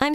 I'm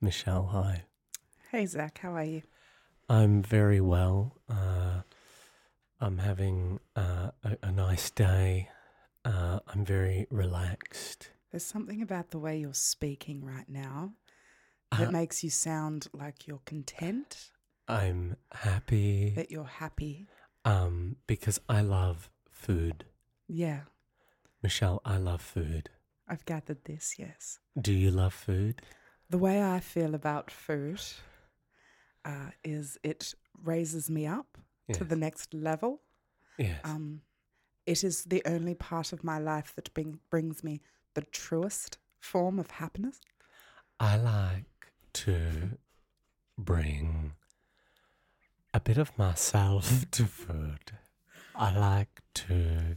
Michelle, hi. Hey, Zach, how are you? I'm very well. Uh, I'm having uh, a, a nice day. Uh, I'm very relaxed. There's something about the way you're speaking right now Uh-huh. that makes you sound like you're content, I'm happy that you're happy. um, because I love food. Yeah, Michelle, I love food. I've gathered this, yes. Do you love food? The way I feel about food uh, is it raises me up to the Yes. next level. Yes. Um, it is the only part of my life that bring, brings me the truest form of happiness. I like to bring a bit of myself to food. I like to,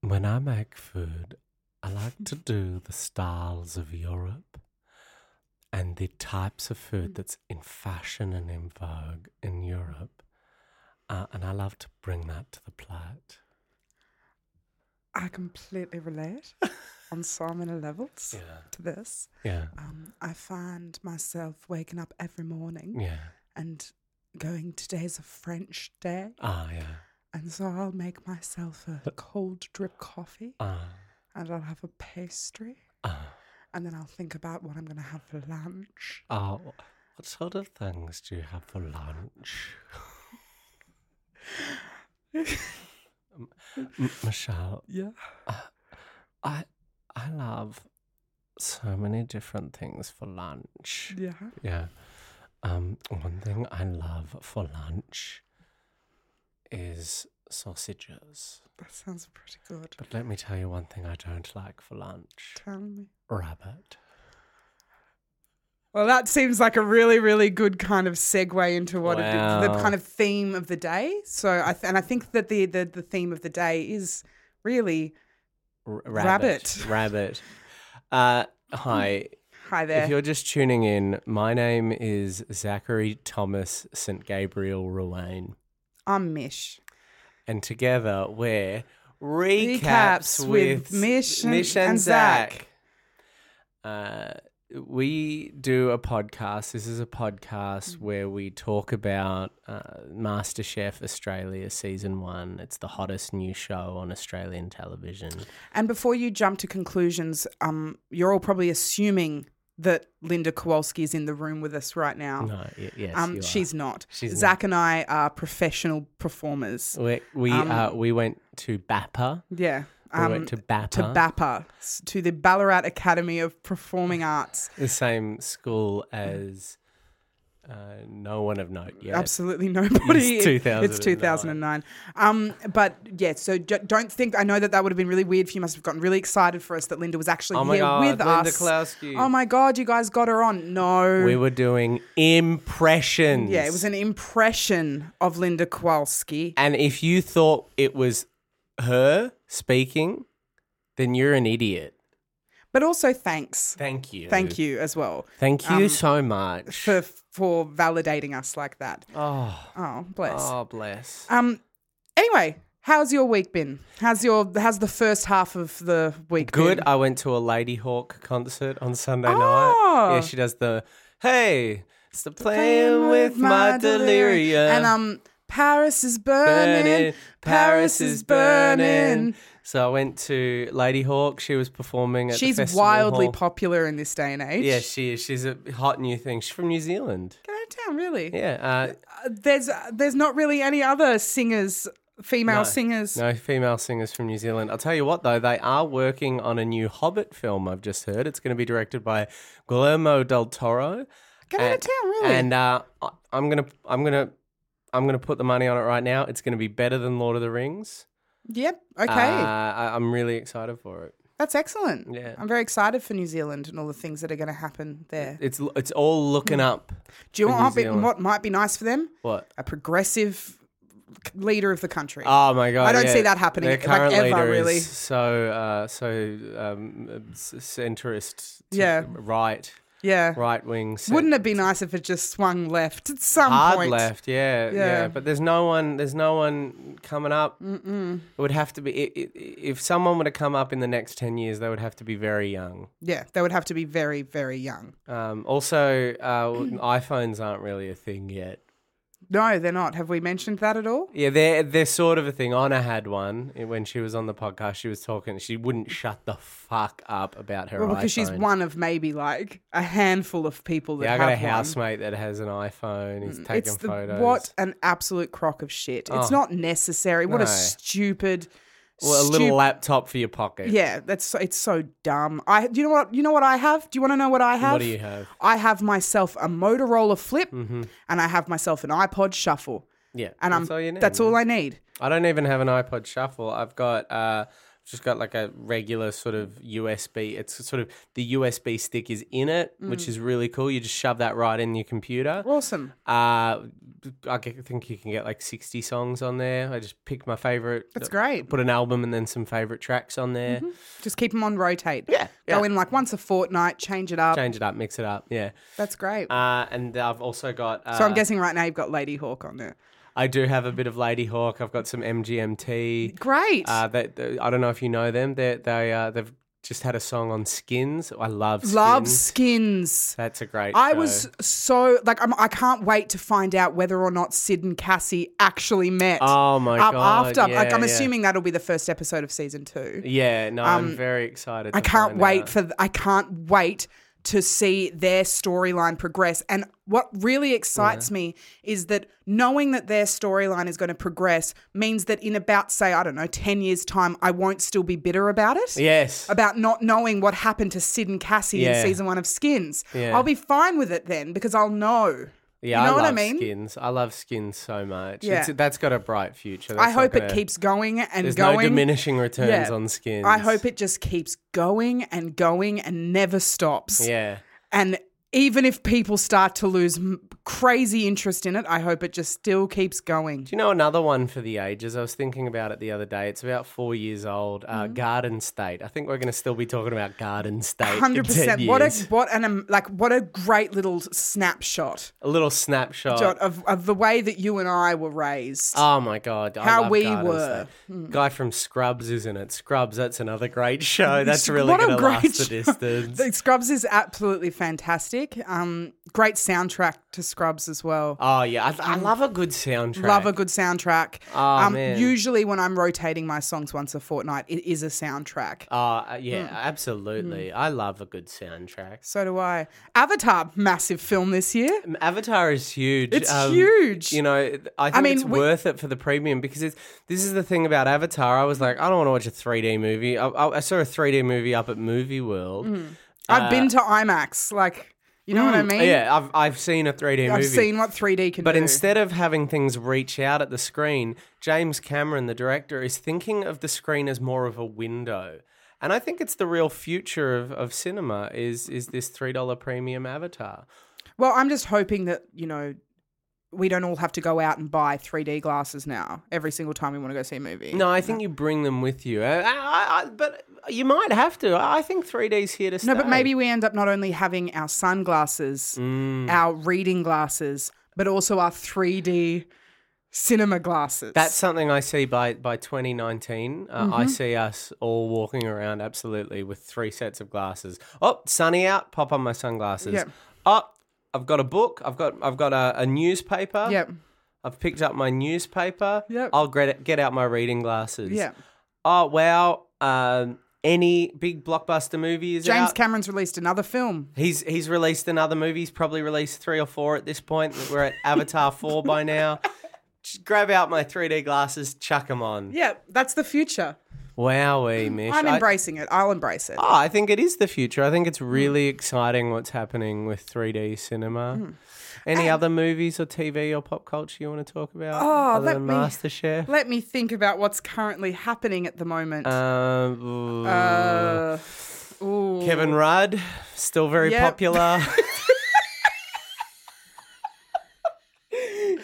when I make food, I like to do the styles of Europe and the types of food that's in fashion and in vogue in Europe. Uh, and I love to bring that to the plate. I completely relate on so many levels Yeah. to this. Yeah. Um, I find myself waking up every morning Yeah. and going, today's a French day. Ah, yeah. And so I'll make myself a cold drip coffee Ah, and I'll have a pastry. ah. And then I'll think about what I'm going to have for lunch. Oh, what sort of things do you have for lunch? M- M- Michelle, Yeah. I I love so many different things for lunch. Yeah. Yeah. Um, one thing I love for lunch is sausages. That sounds pretty good. But let me tell you one thing I don't like for lunch. Tell me. Rabbit. Well, that seems like a really, really good kind of segue into what it, the Wow. kind of theme of the day. So, I th- and I think that the, the the theme of the day is really R- Rabbit. rabbit. Rabbit. Uh, hi. hi If there. you're just tuning in, my name is Zachary Thomas St. Gabriel Ruane, I'm Mish. and together we're Recaps, Recaps with with, Mish and- Mish and, and Zach. Zach. Uh, we do a podcast. This is a podcast where we talk about uh, MasterChef Australia Season 1. It's the hottest new show on Australian television. And before you jump to conclusions, um, you're all probably assuming that Linda Kowalski is in the room with us right now. No, y- yes, you um, are. she's not. She's not. Zach and I are professional performers. We, we, um, uh, we went to BAPA. Yeah. Um, We went to BAPA. to BAPA, s- to the Ballarat Academy of Performing Arts. the same school as uh, no one of note yet. Absolutely nobody. It's 2009. It's 2009. Um, but yeah, so j- don't think. I know that that would have been really weird for you. Must have gotten really excited for us that Linda was actually Oh my here God, with Linda us. Klowski. Oh my god, you guys got her on. No, We were doing impressions. Yeah, it was an impression of Linda Kowalski. and if you thought it was her speaking, then you're an idiot. But also thanks. Thank you. Thank you as well Thank you so much. for for validating us like that. oh, Oh, bless. oh, bless. Um anyway, how's your week been? How's your how's the first half of the week Good. been? I went to a Lady Hawk concert on Sunday Oh. night. Yeah, she does the hey, stop playing with my delirium. And um Paris is burning. Paris is burning. So I went to Lady Hawk. She was performing at the She's Festival wildly Hall. popular in this day and age. Yeah, she is. She's a hot new thing. She's from New Zealand. Go downtown, really. Yeah. Uh, Uh, There's there's not really any other singers, female no. singers. No female singers from New Zealand. I'll tell you what, though, they are working on a new Hobbit film. I've just heard it's going to be directed by Guillermo del Toro. Go And- downtown, really. And uh, I- I'm gonna, I'm gonna, I'm gonna put the money on it right now. It's gonna be better than Lord of the Rings. Yep. Okay. Uh, I, I'm really excited for it. That's excellent. Yeah. I'm very excited for New Zealand and all the things that are going to happen there. It's it's all looking up. Do you for want New what be- Zealand. what might be nice for them? What? A progressive leader of the country. Oh my god! I don't yeah. see that happening, Their like, current ever, leader really. is so uh, so um, s- centrist. to Yeah. Right. yeah. Right wing. cent- Wouldn't it be nice if it just swung left at some hard point? left? Yeah, yeah. Yeah. But there's no one. There's no one coming up. It would have to be i i if someone were to come up in the next ten years, they would have to be very young. Yeah, they would have to be very, very young. Um, also, uh, iPhones aren't really a thing yet. No, they're not. Have we mentioned that at all? Yeah, they're they're sort of a thing. Anna had one eh, when she was on the podcast. She was talking. She wouldn't shut the fuck up about her. Well, because she's iPhone. one of maybe like a handful of people that Yeah, I have got a one. Mm, housemate that has an iPhone. He's taking It's the, photos. Oh. what an absolute crock of shit. It's not necessary. What No. a stupid, Well, a stup- little laptop for your pocket. Yeah, that's so- it's so dumb. I do you know what you know what I have? Do you want to know what I have? What do you have? I have myself a Motorola Flip, and I have myself an iPod Shuffle, Yeah, and that's I'm all you need. that's all I need. I don't even have an iPod Shuffle. I've got uh, just got like a regular sort of USB. It's sort of the USB stick is in it, Mm. which is really cool. You just shove that right in your computer. Awesome. Uh, I g- think you can get like sixty songs on there. I just pick my favorite. That's great. Mm-hmm. Put an album and then some favorite tracks on there. Just keep them on rotate. Yeah, go in like once a fortnight, change it up. Change it up, mix it up. Yeah. That's great. Uh, and I've also got. Uh, so I'm guessing right now you've got Lady Hawk on there. I do have a bit of Lady Hawk. I've got some MGMT. Great. Uh, they, they- I don't know if you know them. They they uh, they've just had a song on Skins. I love Skins. Love skins. That's a great. I show. was so like I'm, I can't wait to find out whether or not Sid and Cassie actually met. Oh my up God, After like yeah, I'm yeah. assuming that'll be the first episode of season two. Yeah, no, I'm very excited. um, I to can't find wait out. for th- I can't wait to see their storyline progress. And what really excites me is that knowing that their storyline is going to progress means that in about say I don't know 10 years time I won't still be bitter about it. Yes. About not knowing what happened to Sid and Cassie Yeah. in season 1 of Skins. Yeah. I'll be fine with it then because I'll know. yeah, you know I what I love mean? Skins. I love Skins so much. Yeah. It's, that's got a bright future. I That's not hope it gonna- keeps going and There's going. no diminishing returns Yeah. on Skins. I hope it just keeps going and going and never stops. Yeah. And even if people start to lose m- crazy interest in it, I hope it just still keeps going. Do you know another one for the ages? I was thinking about it the other day. It's about four years old. Uh, Mm-hmm. Garden State. I think we're going to still be talking about Garden State. in 10 Hundred percent. What a years. what an um, like what a great little snapshot a little snapshot. John, of of the way that you and I were raised. Oh my god! I How love we Garden were. Hmm. State. Guy from Scrubs, isn't it? Scrubs. That's another great show. That's really What a going to great last the show. distance. The Scrubs is absolutely fantastic. Um, great soundtrack to Scrubs as well. Oh yeah, I, I love a good soundtrack. Love a good soundtrack. Um, Oh, man. Usually, when I'm rotating my songs once a fortnight, it is a soundtrack. Oh uh, Mm. yeah, absolutely. I love a good soundtrack. So do I. Avatar, massive film this year. Um, Avatar is huge. um, It's huge. You know, th- I think mean, it's we- worth it for the premium because it's, this is the thing about Avatar. I was like, I don't want to watch a 3D movie. I, I, I saw a 3D movie up at Movie World. I've been to IMAX. Like, Mm, you know what I mean? Uh, mm, Yeah, I've I've seen a 3D I've movie. seen what 3D can But do. instead of having things reach out at the screen, James Cameron, the director, is thinking of the screen as more of a window. And I think it's the real future of, of cinema is is this three dollar premium avatar. well, I'm just hoping that, you know, we don't all have to go out and buy 3D glasses now every single time we want to go see a movie. No, I think you bring them with you. Uh, I, I, I, but you might have to. I I think 3D's here to stay. Mm. No, but maybe we end up not only having our sunglasses, our reading glasses, but also our 3D cinema glasses. that's something I see by by 2019. Uh, Mm-hmm. I see us all walking around absolutely with three sets of glasses. Oh, sunny out. Pop on my sunglasses. Yep. Oh, I've got a book. I've got I've got a, a newspaper. Yep. I've picked up my newspaper. Yep. I'll get get out my reading glasses. Yeah. Oh wow. Um, any big blockbuster movie is James out. Cameron's released another film. He's he's released another movie. He's probably released three or four at this point. We're at Avatar four by now. Just grab out my 3D glasses, chuck them on. Yeah, that's the future. Wowie, Mish. I'm I- embracing it. I'll embrace it. Oh, I Mm. Mm. think it is the future. I think it's really exciting what's happening with 3D cinema. Any other movies or TV or pop culture you want to talk about? Oh, other let than me- MasterChef? Let me think about what's currently happening at the moment. Uh, Um, Uh, ooh. Kevin Rudd, still very Yep. popular.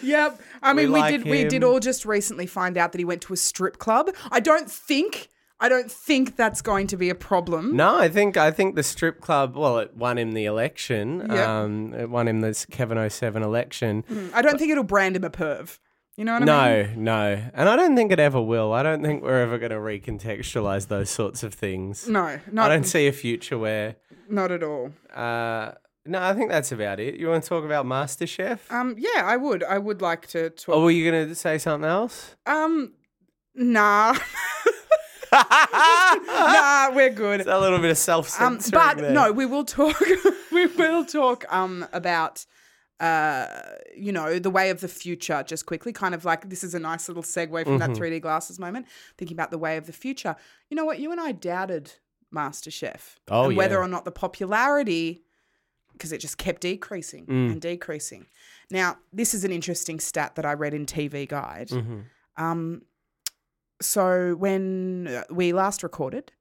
Yep. I mean, we, like did. We did him. all just recently find out that he went to a strip club. I don't think. I don't think that's going to be a problem. no, I think I think the strip club. Well, it won him the election. Yep. Um, it won him this Kevin 07 election. I don't think it'll brand him a perv. You know what I mean? No, no, and I don't think it ever will. I don't think we're ever going to recontextualize those sorts of things. No, I not don't see a future where. not at all. Uh, no, I think that's about it. You want to talk about MasterChef? Um, yeah, I would. I would like to talk. or were you going to say something else? Um, nah, a nah, we're good. little bit of self Um, censoring. but no, we will talk. we will talk. Um, about uh, you know, the way of the future. Just quickly, kind of like this is a nice little segue from Mm-hmm. that 3D glasses moment. Thinking about the way of the future. You know what? You and I doubted MasterChef. Oh, and Whether yeah. or not the popularity. Because it just kept decreasing Mm. and decreasing. Now, this is an interesting stat that I read in TV Guide. Mm-hmm. Um, so when uh, we last recorded,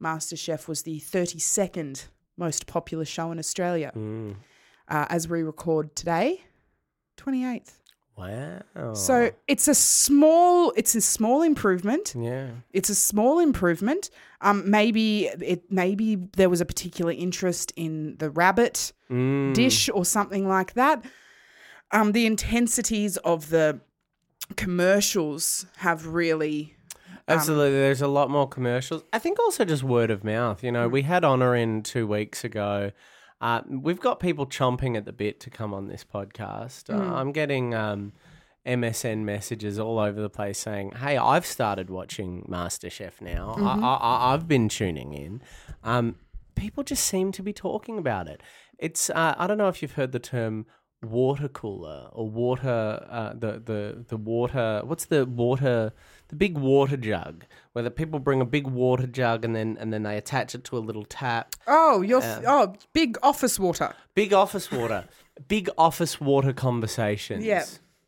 MasterChef was the 32nd most popular show in Australia. Mm. Uh, as we record today, 28th. Oh, Wow. Mm. So it's a small, it's a small improvement. yeah. It's a small improvement. Um, maybe it, maybe there was a particular interest in the rabbit Mm. dish or something like that. Um, the intensities of the commercials have really Absolutely. There's a lot more commercials. I think also just word of mouth. You know, we had Honor in two weeks ago. Uh, we've got people chomping at the bit to come on this podcast. Uh, I'm getting um, MSN messages all over the place saying, hey, I've started watching MasterChef now. I, I, I, I've been tuning in. Um, people just seem to be talking about it. It's, uh, I don't know if you've heard the term water cooler or water uh, the the the water what's the water the big water jug where the people bring a big water jug and then and then they attach it to a little tap Oh, your f oh big office water. big office water big office water conversations Yeah.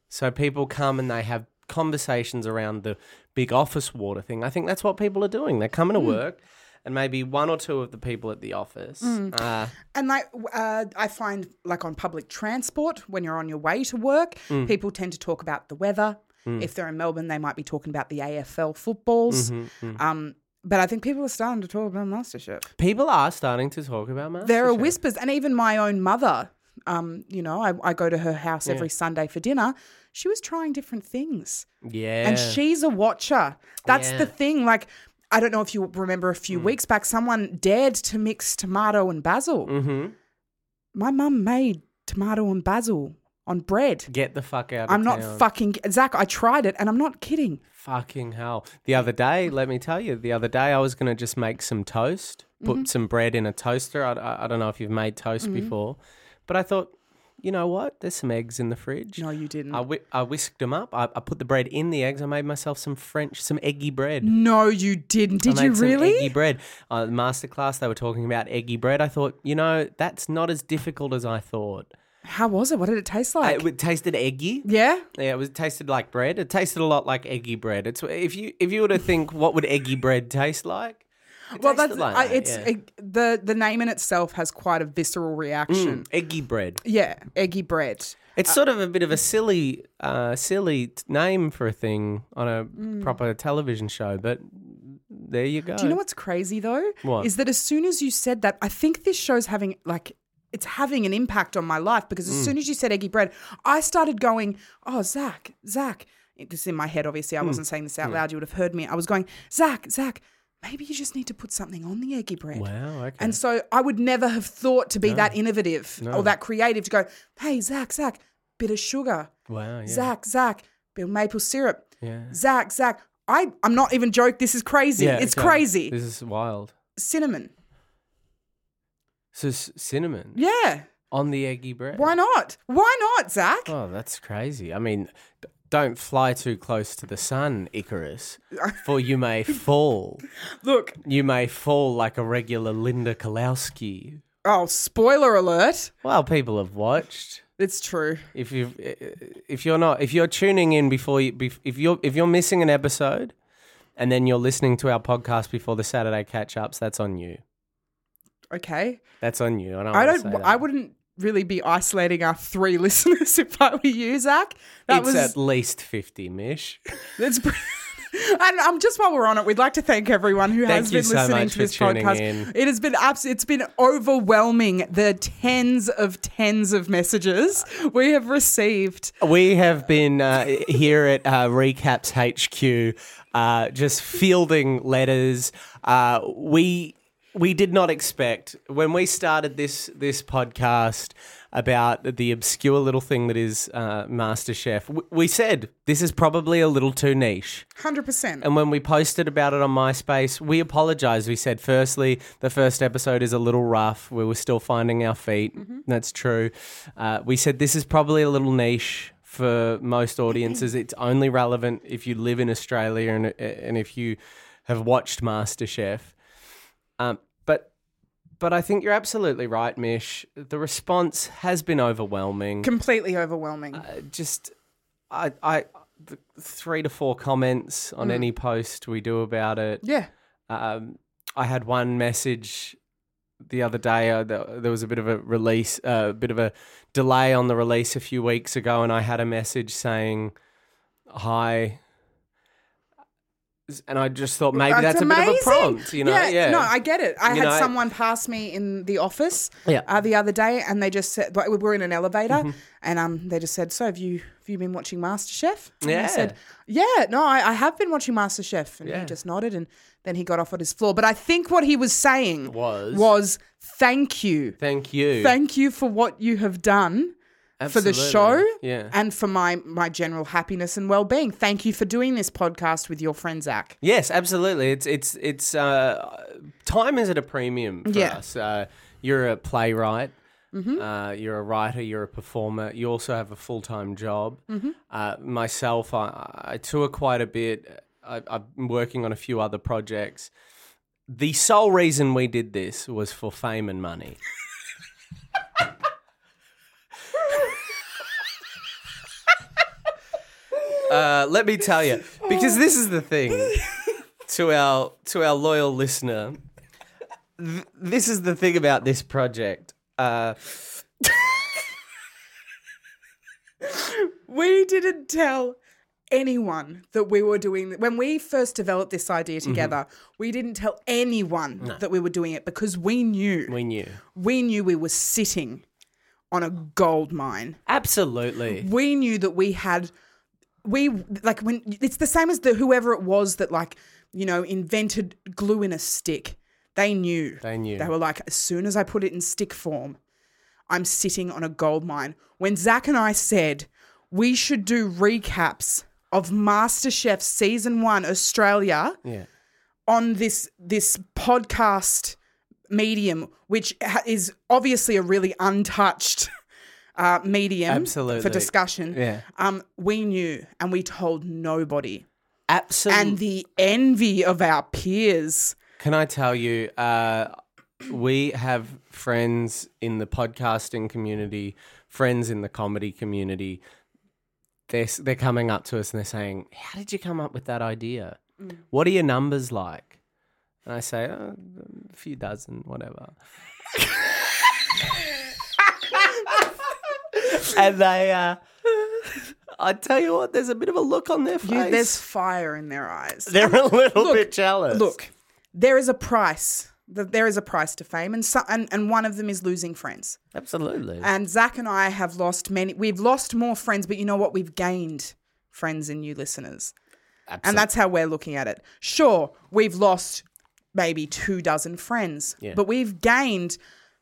so people come and they have conversations around the big office water thing i think that's what people are doing they're coming to Hmm. work and maybe one or two of the people at the office Hmm. uh, And like uh, I find like on public transport when you're on your way to work, people tend to talk about the weather. If they're in Melbourne, they might be talking about the AFL footballs. mm-hmm. Um, but I think people are starting to talk about MasterChef. people are starting to talk about MasterChef. There are whispers, and even my own mother. Um, you know, I, I go to her house every Sunday for dinner. She was trying different things. yeah and she's a watcher. That's Yeah. Mm. the thing. Like, I don't know if you remember a few weeks back, someone dared to mix tomato and basil. hmm My mum made tomato and basil on bread. Get the fuck out of I'm not town. fucking Zach. I tried it, and I'm not kidding. Fucking hell. The other day, let me tell you, the other day I was going to just make some toast, put Mm-hmm. some bread in a toaster. I, I, I don't know if you've made toast before, but I thought, you know what? There's some eggs in the fridge. No, you didn't. I, whi- I whisked them up. I, I put the bread in the eggs. I made myself some French, some eggy bread. no, you didn't. Mm, Did I you made some Eggy really? bread. Uh, the masterclass, they were talking about eggy bread. I thought, you know, that's not as difficult as I thought. How was it? What did it taste Uh, like? it tasted eggy. yeah. Yeah, it was it tasted like bread. It tasted a lot like eggy bread. It's if you if you were to think what would eggy bread taste like. It Well, tasted that's like I that, it's yeah. it- the the name in itself has quite a visceral reaction. Mm, eggy bread. Yeah, eggy bread. It's sort of a bit of a silly, uh, silly t- name for a thing on a proper television show, but there you go. Mm. Do you know what's crazy though? Oh. What? Is that as soon as you said that, I think this show's having like it's having an impact on my life because Mm. as soon as you said eggy bread, I started going, Oh, Zach, Zach. This is in my head, obviously. Mm. I wasn't saying this out loud. You would have heard me. I was going, Zach, Zach, maybe you just need to put something on the eggy bread. Wow. Okay. And so I would never have thought to be that innovative or that creative to go, Hey, Zach, Zach, bit of sugar. wow. Oh, Yeah. Zach, Zach, bit of maple syrup. Yeah. Zach, Zach. I, I'm not even joke. This is crazy. Yeah, it's okay. crazy This is wild. cinnamon. So s- cinnamon Yeah. on the eggy bread. Why not? Why not, Zach? Oh, that's crazy. I mean, d- don't fly too close to the sun, Icarus, for you may fall. Look, You may fall like a regular Linda Kalowski Oh, spoiler alert. Well, people have watched. It's true. If you if you're not if you're tuning in before you bef- if you're if you're missing an episode and then you're listening to our podcast before the Saturday catch ups, that's on you. Okay. That's on you. I don't. I wanna don't say that. I wouldn't really be isolating our three listeners if I were you, Zach. That it's was at least fifty, Mish. It's pre- and um, just while we're on it, we'd like to thank everyone who Thank has you been so listening much to for this tuning podcast. in. It has been abs- it's been overwhelming the tens of tens of messages we have received. We have been uh, here at uh, Recaps HQ, uh, just fielding letters. Uh, we we did not expect when we started this this podcast about the obscure little thing that is uh, MasterChef. We, we said this is probably a little too niche. 100%. And when we posted about it on MySpace, we apologized. We said, firstly, the first episode is a little rough. We were still finding our feet. That's true. Uh, we said, this is probably a little niche for most audiences. it's only relevant if you live in Australia and, uh, and if you have watched MasterChef. Um, but, but I think you're absolutely right, Mish. The response has been overwhelming Completely overwhelming. just I I th- three to four comments Mm. on any post we do about it. yeah. Um, I had one message the other day. Uh, th- there was a bit of a release, uh, a bit of a delay on the release a few weeks ago, and I had a message saying, "Hi." And I just thought maybe that's, a bit of a amazing. prompt, you know? Yeah, No, I get it. I You had know, I- someone pass me in the office Yeah. Mm-hmm. uh, the other day, and they just said like, we were in an elevator, and um, they just said, "So have you have you been watching MasterChef?" And I Yeah. said, "Yeah, no, I, I have been watching MasterChef," and Yeah. he just nodded, and then he got off on his floor. But I think what he was saying Was. was thank you, Thank you. thank you for what you have done. For the show, Absolutely. Yeah. and for my my general happiness and well being, thank you for doing this podcast with your friend Zach. Yes, absolutely. It's it's it's uh, time is at a premium for Yeah. us. Uh, you're a playwright. Uh, you're a writer. You're a performer. You also have a full time job. Uh, myself, I, I tour quite a bit. I, I'm working on a few other projects. The sole reason we did this was for fame and money. Uh, let me tell you, because this is the thing to our to our loyal listener. Th- this is the thing about this project. Uh, We didn't tell anyone that we were doing when we first developed this idea together. We didn't tell anyone that we were doing it because we knew we knew we knew we were sitting on a gold mine. absolutely. We knew that we had we like when it's the same as the whoever it was that like you know invented glue in a stick. They knew. They knew. They were like, as soon as I put it in stick form, I'm sitting on a gold mine. When Zach and I said we should do recaps of MasterChef season one Australia Yeah, on this this podcast medium, which ha- is obviously a really untouched uh, medium for Absolutely. discussion. Yeah. Um, we knew and we told nobody. absolutely. And the envy of our peers. Can I tell you, uh, we have friends in the podcasting community, friends in the comedy community. They're, s- they're coming up to us and they're saying, How did you come up with that idea? Mm. What are your numbers like? And I say, oh, A few dozen, whatever. and they, uh, I tell you what, there's a bit of a look on their face. You, there's fire in their eyes. they're a little bit jealous. Look, there is a price. Th- There is a price to fame, and, so, and and one of them is losing friends. absolutely. And Zach and I have lost many. We've lost more friends, but you know what? We've gained friends and new listeners. And that's how we're looking at it. Sure, we've lost maybe two dozen friends, Yeah. but we've gained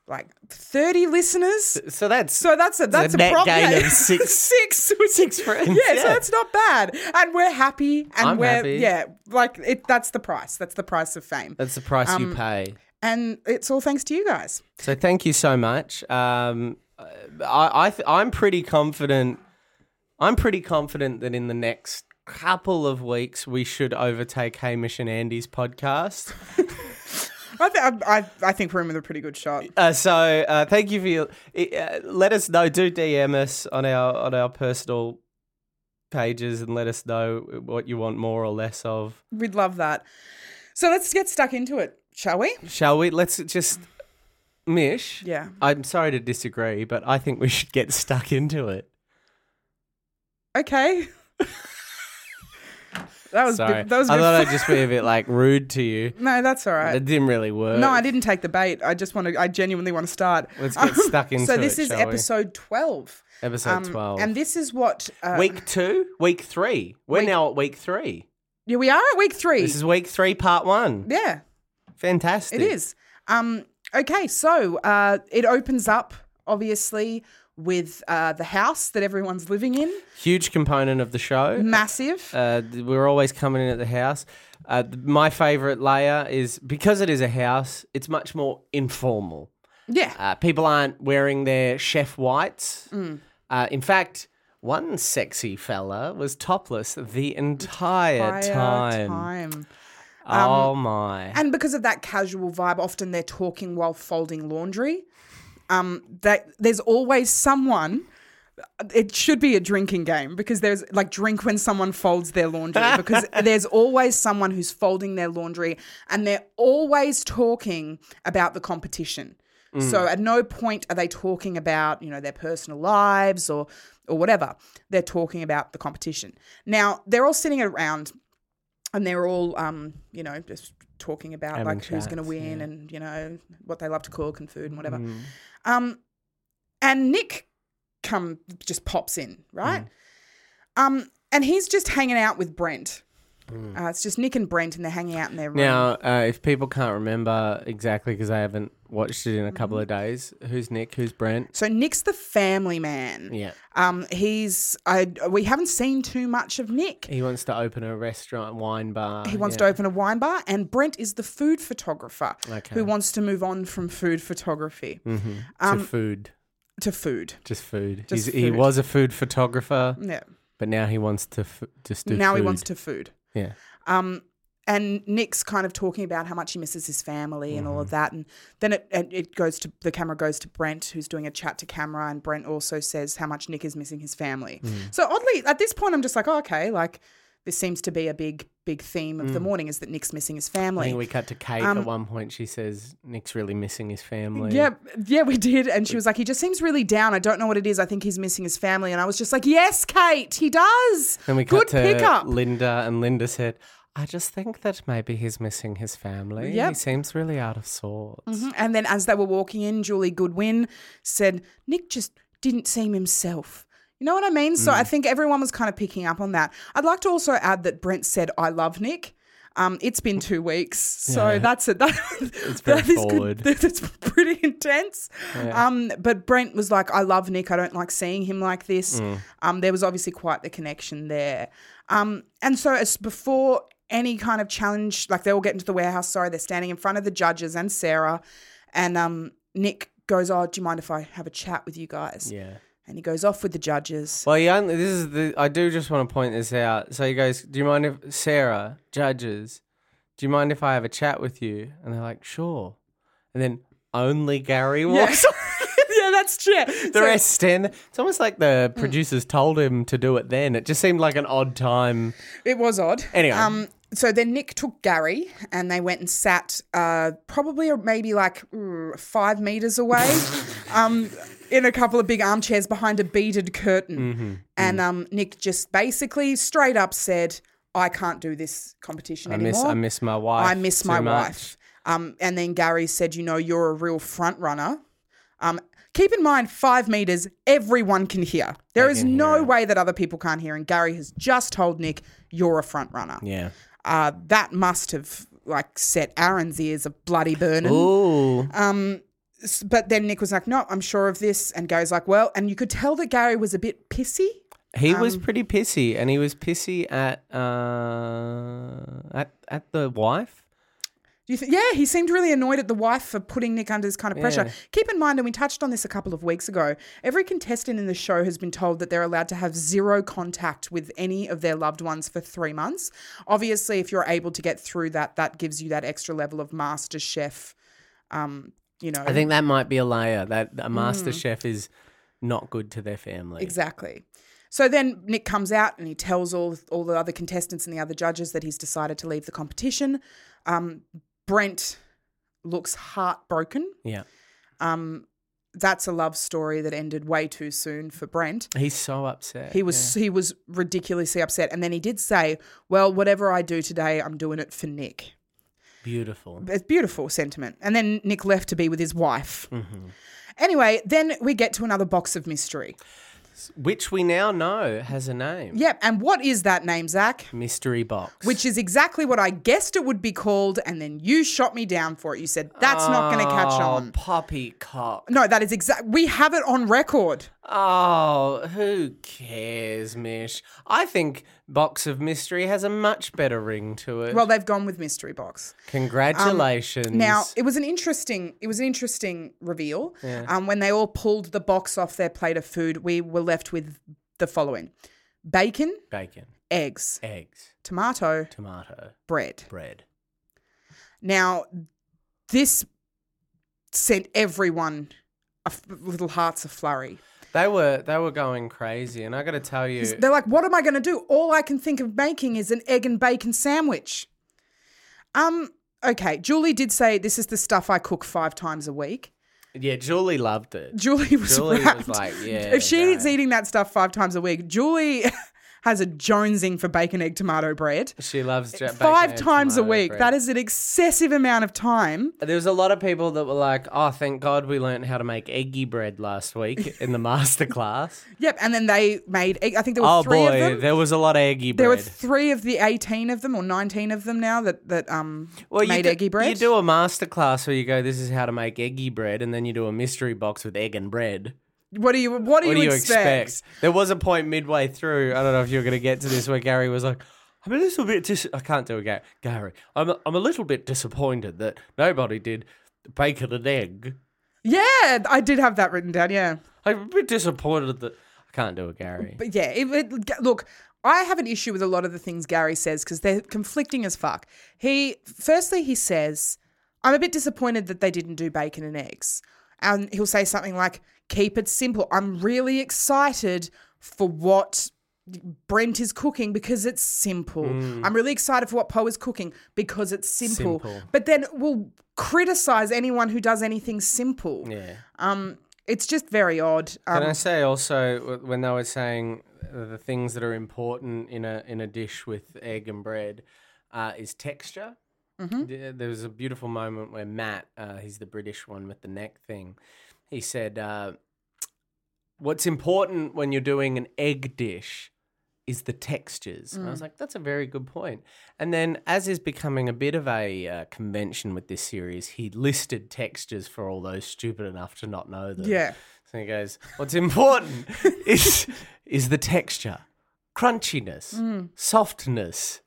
like 30 listeners. So that's So that's a that's a, net problem. gain of six- six which- six friends, Yeah, so yeah. that's not bad, and we're happy, and I'm we're happy. yeah, like it. That's the price. That's the price of fame, that's the price um, you pay. and it's all thanks to you guys. So thank you so much. Um, I, I th- I'm pretty confident. I'm pretty confident that in the next couple of weeks we should overtake Hamish and Andy's podcast. I, th- I, I, I think we're in with a pretty good shot. Uh, so uh, thank you for your. Uh, let us know. Do DM us on our on our personal pages and let us know what you want more or less of. We'd love that. So let's get stuck into it, shall we? Shall we? Let's just. Mish. Yeah. I'm sorry to disagree, but I think we should get stuck into it. Okay. that was Sorry. that was a I bit thought I'd fu- just be a bit like rude to you. no, that's all right. It didn't really work. No, I didn't take the bait. I just want to. I genuinely want to start. Um, Let's get stuck into So it, this is shall we? episode twelve. Episode 12. Um, And this is what uh, Week two? Week three. We're Week- now at week three. Yeah, we are at week three. This is week three, part one. yeah, Fantastic. it is. Um. Okay, so uh, it opens up obviously with uh, the house that everyone's living in. Huge component of the show. Massive. Uh, th- we're always coming in at the house. Uh, th- my favorite layer is because it is a house, it's much more informal. yeah. Uh, people aren't wearing their chef whites. Mm. Uh, in fact, one sexy fella was topless the entire, Entire time. time. Um, Oh my. And because of that casual vibe, often they're talking while folding laundry. Um, that there's always someone. It should be a drinking game because there's like drink when someone folds their laundry because there's always someone who's folding their laundry and they're always talking about the competition. So Mm. at no point are they talking about, you know, their personal lives or or whatever. They're talking about the competition. Now, they're all sitting around and they're all um, you know just talking about Having like who's going to chats, Mm. win and you know what they love to cook and food and whatever um, and nick come just pops in right Mm. um, and he's just hanging out with brent uh, it's just nick and brent and they're hanging out in their room now, uh, if people can't remember exactly because they haven't watched it in a Mm-hmm. couple of days, who's Nick? Who's Brent? so nick's the family man Yeah. um, he's I, we haven't seen too much of nick He wants to open a restaurant, wine bar. He wants yeah. to open a wine bar, and Brent is the food photographer who wants to move on from food photography Mm. to food. to food. Just food. um, Just He's, He food. was a food photographer, Yeah. but now he wants to f- just do now he food. wants to food. Yeah. Um, and Nick's kind of talking about how much he misses his family and Mm-hmm. all of that, and then it and it goes to the camera goes to Brent, who's doing a chat to camera, and Brent also says how much Nick is missing his family. Mm. So oddly, at this point, I'm just like, oh, okay, like this seems to be a big big theme of the morning is that Nick's missing his Mm. I family. think we cut to Kate um, at one point. She says Nick's really missing his family. Yeah, yeah, we did. And she was like, he just seems really down. I don't know what it is. I think he's missing his family. And I was just like, yes, Kate, he does. Then we Good cut to pickup. Linda, and Linda said, "I just think that maybe he's missing his family. He Yep. Mm-hmm. seems really out of sorts." and then as they were walking in, Julie Goodwin said, Nick just didn't seem himself. You know what I mean? So I Mm. think everyone was kind of picking up on that. I'd like to also add that Brent said, I love Nick. Um, it's been two weeks, so that's it. That, it's very forward. That's pretty intense. Um, but Brent was like, "I love Nick. I don't like seeing him like this." Mm. Um, there was obviously quite the connection there. Um, and so as before any kind of challenge, like they all get into the warehouse. Sorry, they're standing in front of the judges and Sarah, and um, Nick goes, "Oh, do you mind if I have a chat with you guys?" Yeah. And he goes off with the judges. Well, he only, this is the. I do just want to point this out. So he goes, "Do you mind if Sarah judges? Do you mind if I have a chat with you?" And they're like, "Sure." And then only Gary walks. yeah. yeah, that's true. The rest stand. there. It's almost like the Mm. producers told him to do it. Then it just seemed like an odd time. It was odd. Anyway. Um, so then Nick took Gary and they went and sat uh, probably or maybe like mm, five meters away um, in a couple of big armchairs behind a beaded curtain. Mm-hmm. And um, Nick just basically straight up said, I can't do this competition I anymore. miss. I miss my wife. I miss too my much." wife. Um, and then Gary said, you know, you're a real front runner. Um, keep in mind, five meters, everyone can hear. There is no way that other people can't hear. And Gary has just told Nick, you're a front runner. Yeah. Uh, that must have like set Aaron's ears a bloody burning. Ooh. S- But then Nick was like, no, I'm sure of this. And Gary's like, well, and you could tell that Gary was a bit pissy. He was um, pretty pissy, and he was pissy at uh, at at the wife. Do you think? Yeah, he seemed really annoyed at the wife for putting Nick under this kind of pressure. Yeah. Keep in mind, and we touched on this a couple of weeks ago. Every contestant in the show has been told that they're allowed to have zero contact with any of their loved ones for three months. Obviously, if you're able to get through that, that gives you that extra level of master chef. Um, you know, I think that might be a layer that a master Mm. chef is not good to their family. Exactly. So then Nick comes out and he tells all all the other contestants and the other judges that he's decided to leave the competition. Um, Brent looks heartbroken. Yeah. Um, that's a love story that ended way too soon for Brent. He's so upset. He was he was ridiculously upset, and then he did say, "Well, whatever I do today, I'm doing it for Nick." beautiful. It's beautiful sentiment. And then Nick left to be with his wife. Anyway, then we get to another box of mystery. Which we now know has a name. Yep, and what is that name, Zach? Mystery box. Which is exactly what I guessed it would be called, and then you shot me down for it. You said that's not going to catch Oh. on. Poppycock. No, that is exact. We have it on record. Oh, who cares, Mish? I think Box of Mystery has a much better ring to it. Well, they've gone with mystery box. congratulations. Now it was an interesting, it was an interesting reveal. Um, when they all pulled the box off their plate of food, we were left with the following: bacon, bacon, eggs, eggs, tomato, tomato, bread. bread. Now, this sent everyone a f- little hearts a flurry. They were they were going crazy, and I got to tell you, They're like, what am I going to do? All I can think of making is an egg and bacon sandwich. Um, okay. Julie did say this is the stuff I cook five times a week. yeah, Julie loved it. Julie was Julie was wrapped. like, yeah, If she's no. eating that stuff five times a week, Julie has a jonesing for bacon, egg, tomato, bread. she loves ja- bacon, Five egg, times a tomato, week. bread. That is an excessive amount of time. There was a lot of people that were like, "Oh, thank God we learned how to make eggy bread last week in the masterclass." Yep. And then they made, I think there were oh three of boy, them. there was a lot of eggy bread. There were three of the eighteen of them or nineteen of them now that that um made do, eggy bread. You do a masterclass where you go, "This is how to make eggy bread," and then you do a mystery box with egg and bread. what do you what do What you, expect? There was a point midway through. I don't know if you were going to get to this where Gary was like, "I'm a little bit dis- I can't do it, Gary. Gary, I'm a, I'm a little bit disappointed that nobody did bacon and egg. Yeah, I did have that written down. Yeah, I'm a bit disappointed that I can't do it, Gary." but yeah, it, it- look. I have an issue with a lot of the things Gary says because they're conflicting as fuck. He, firstly, he says, I'm a bit disappointed that they didn't do bacon and eggs. And he'll say something like, Keep it simple. I'm really excited for what Brent is cooking because it's simple. I'm really excited for what Poe is cooking because it's simple. Mm. Simple. But then we'll criticize anyone who does anything simple. yeah. Um, it's just very odd. Um, Can I say also w- when they were saying uh, the things that are important in a in a dish with egg and bread uh, is texture. Th- There was a beautiful moment where Matt, uh, he's the British one with the neck thing, he said, uh, "What's important when you're doing an egg dish." Is the textures. And I Mm. was like, that's a very good point. And then, as is becoming a bit of a uh, convention with this series, he listed textures for all those stupid enough to not know them. Yeah. So he goes, What's important is is the texture, crunchiness, Mm. softness,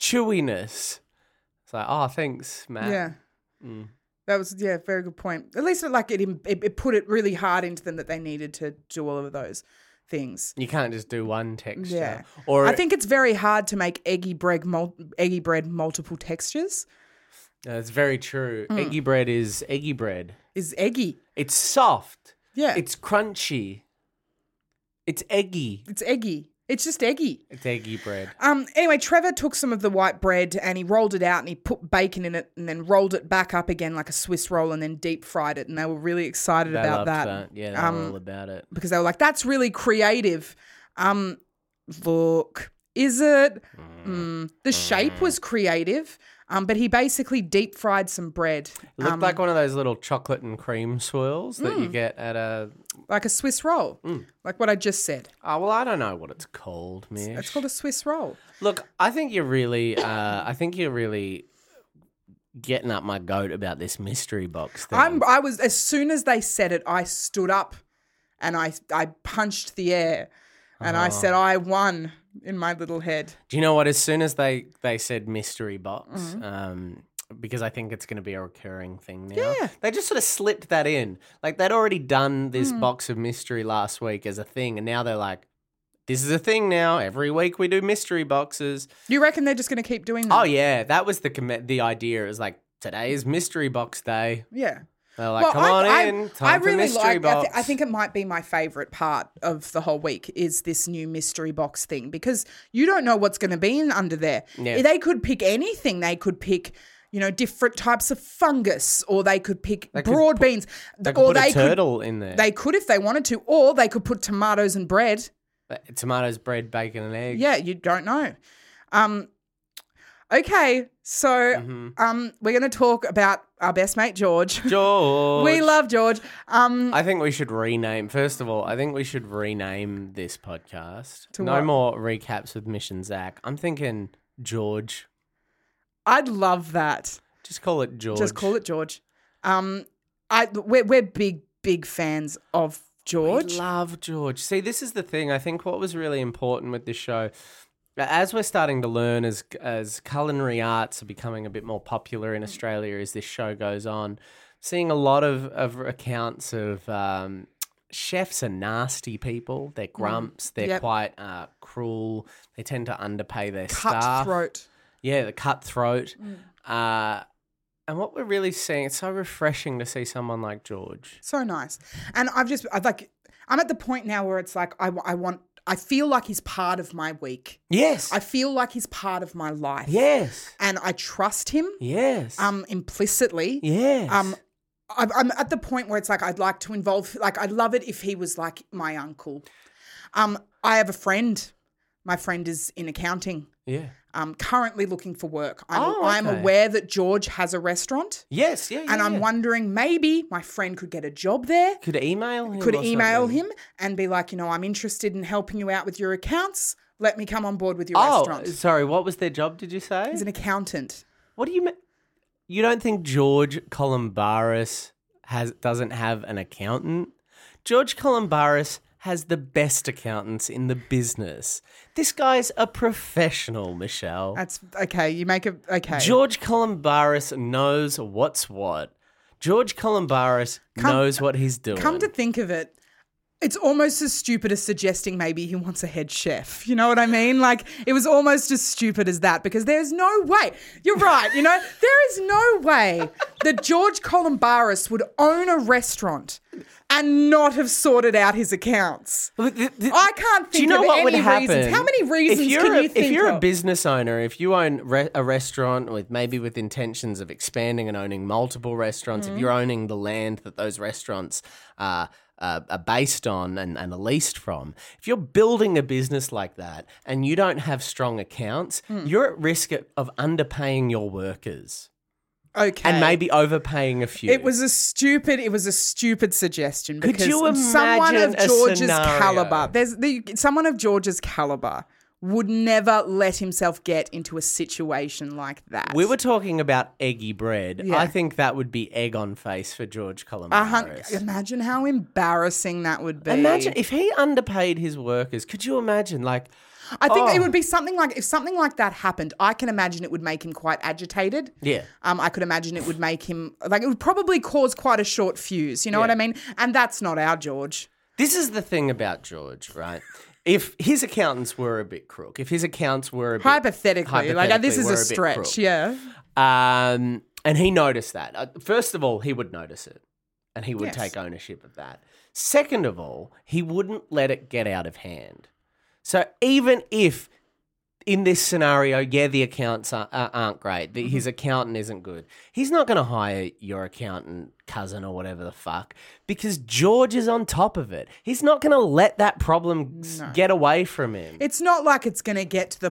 chewiness. It's like, oh, thanks, Matt. Yeah. Mm. That was yeah, very good point. At least it, like it, im- it it put it really hard into them that they needed to do all of those things. You can't just do one texture. Yeah. Or I think it's very hard to make eggy bread mul- eggy bread multiple textures. No, Uh, it's very true. Hmm. Eggy bread is eggy bread. Is eggy. It's soft. Yeah. It's crunchy. It's eggy. It's eggy. It's just eggy. It's eggy bread. Um, anyway, Trevor took some of the white bread and he rolled it out and he put bacon in it and then rolled it back up again like a Swiss roll and then deep fried it. And they were really excited They about loved that. Um, that. Yeah, they were all about it. because they were like, that's really creative. Um, look, is it? Mm. The shape was creative, um, but he basically deep fried some bread, It looked like um, one of those little chocolate and cream swirls that Hmm. you get at a like a Swiss roll, like what I just said. Oh well, I don't know what it's called, Mish. It's called a Swiss roll. Look, I think you're really, uh, I think you're really getting up my goat about this mystery box thing. I'm, I was as soon as they said it, I stood up and I I punched the air and I said I won in my little head. Mm-hmm. Do you know what? As soon as they they said mystery box, um, because I think it's going to be a recurring thing now. Yeah. They just sort of slipped that in. Like they'd already done this Mm. box of mystery last week as a thing, and now they're like, this is a thing now. Every week we do mystery boxes. You reckon they're just going to keep doing that? Oh yeah, that was the comm- the idea. It was like today is mystery box day. Yeah. They're like, come on in, time for mystery I, box. thi- I think it might be my favorite part of the whole week is this new mystery box thing because you don't know what's going to be in under there. Yeah. They could pick anything. They could pick, you know, different types of fungus, or they could pick could broad beans, they could or put they a turtle in there. could they could if they wanted to, or they could put tomatoes and bread. Uh, tomatoes, bread, bacon, and egg. Yeah, you don't know. Um, okay, so Mm-hmm. um, we're going to talk about our best mate George. George. We love George. Um, I think we should rename. First of all, I think we should rename this podcast. To no what? more recaps with Mission Zach. I'm thinking George. I'd love that. Just call it George. Just call it George. Um, I we're, we're big big fans of George. We love George. See, this is the thing. I think what was really important with this show, as we're starting to learn, as as culinary arts are becoming a bit more popular in Australia, as this show goes on, seeing a lot of of accounts of. Um, Chefs are nasty people. They're grumps. They're Mm. Yep. quite uh, cruel. They tend to underpay their staff. Cutthroat. Mm. Yeah, the cutthroat. Uh, and what we're really seeing, it's so refreshing to see someone like George. So nice. And I've just I'd like I'm at the point now where it's like I, wa- I want I feel like he's part of my week. Yes. I feel like he's part of my life. yes. And I trust him Yes. um implicitly. Yes. Um I'm I'm at the point where it's like I'd like to involve like I'd love it if he was like my uncle. Um I have a friend. My friend is in accounting. Yeah. um, currently looking for work. I'm, Oh, I'm okay. aware that George has a restaurant, Yes. Yeah. and I'm wondering maybe my friend could get a job there. Could email him. Could or email something. him and be like, you know, I'm interested in helping you out with your accounts. Let me come on board with your Oh, restaurant. sorry. What was their job? Did you say? He's an accountant. what do you mean? You don't think George Columbaris has doesn't have an accountant? George Columbaris has the best accountants in the business. This guy's a professional, Michelle. That's okay. You make a okay. George Columbaris knows what's what. George Columbaris Come- knows what he's doing. come to think of it, it's almost as stupid as suggesting maybe he wants a head chef. You know what I mean? Like it was almost as stupid as that because there's no way. You're right. You know, there is no way that George Columbaris would own a restaurant and not have sorted out his accounts. I can't think Do you know of what any would happen? reasons. How many reasons if you're can a, you think If you're of? a business owner, if you own re- a restaurant with maybe with intentions of expanding and owning multiple restaurants, Mm-hmm. if you're owning the land that those restaurants are, uh, are based on and, and are leased from, if you're building a business like that and you don't have strong accounts, Hmm. you're at risk of underpaying your workers okay. and maybe overpaying a few. It was a stupid. It was a stupid suggestion. Could Because you someone of imagine a George's scenario? caliber? There's the, someone of George's caliber would never let himself get into a situation like that. We were talking about eggy bread. Yeah. I think that would be egg on face for George A hun- Columbaris. imagine how embarrassing that would be. Imagine if he underpaid his workers. Could you imagine? Like, I think oh. it would be something like if something like that happened. I can imagine it would make him quite agitated. Yeah. Um, I could imagine it would make him like it would probably cause quite a short fuse. You know what I mean? And that's not our George. This is the thing about George, right? If his accountants were a bit crook, if his accounts were a bit Hypothetically, like this hypothetically is a were bit stretch. crook, yeah. Um, and he noticed that. Uh, First of all, he would notice it and he would Yes. take ownership of that. Second of all, he wouldn't let it get out of hand. So even if in this scenario, yeah, the accounts are, uh, aren't great, the, his accountant isn't good, he's not going to hire your accountant cousin or whatever the fuck because George is on top of it. He's not going to let that problem s- get away from him. It's not like it's going to get to the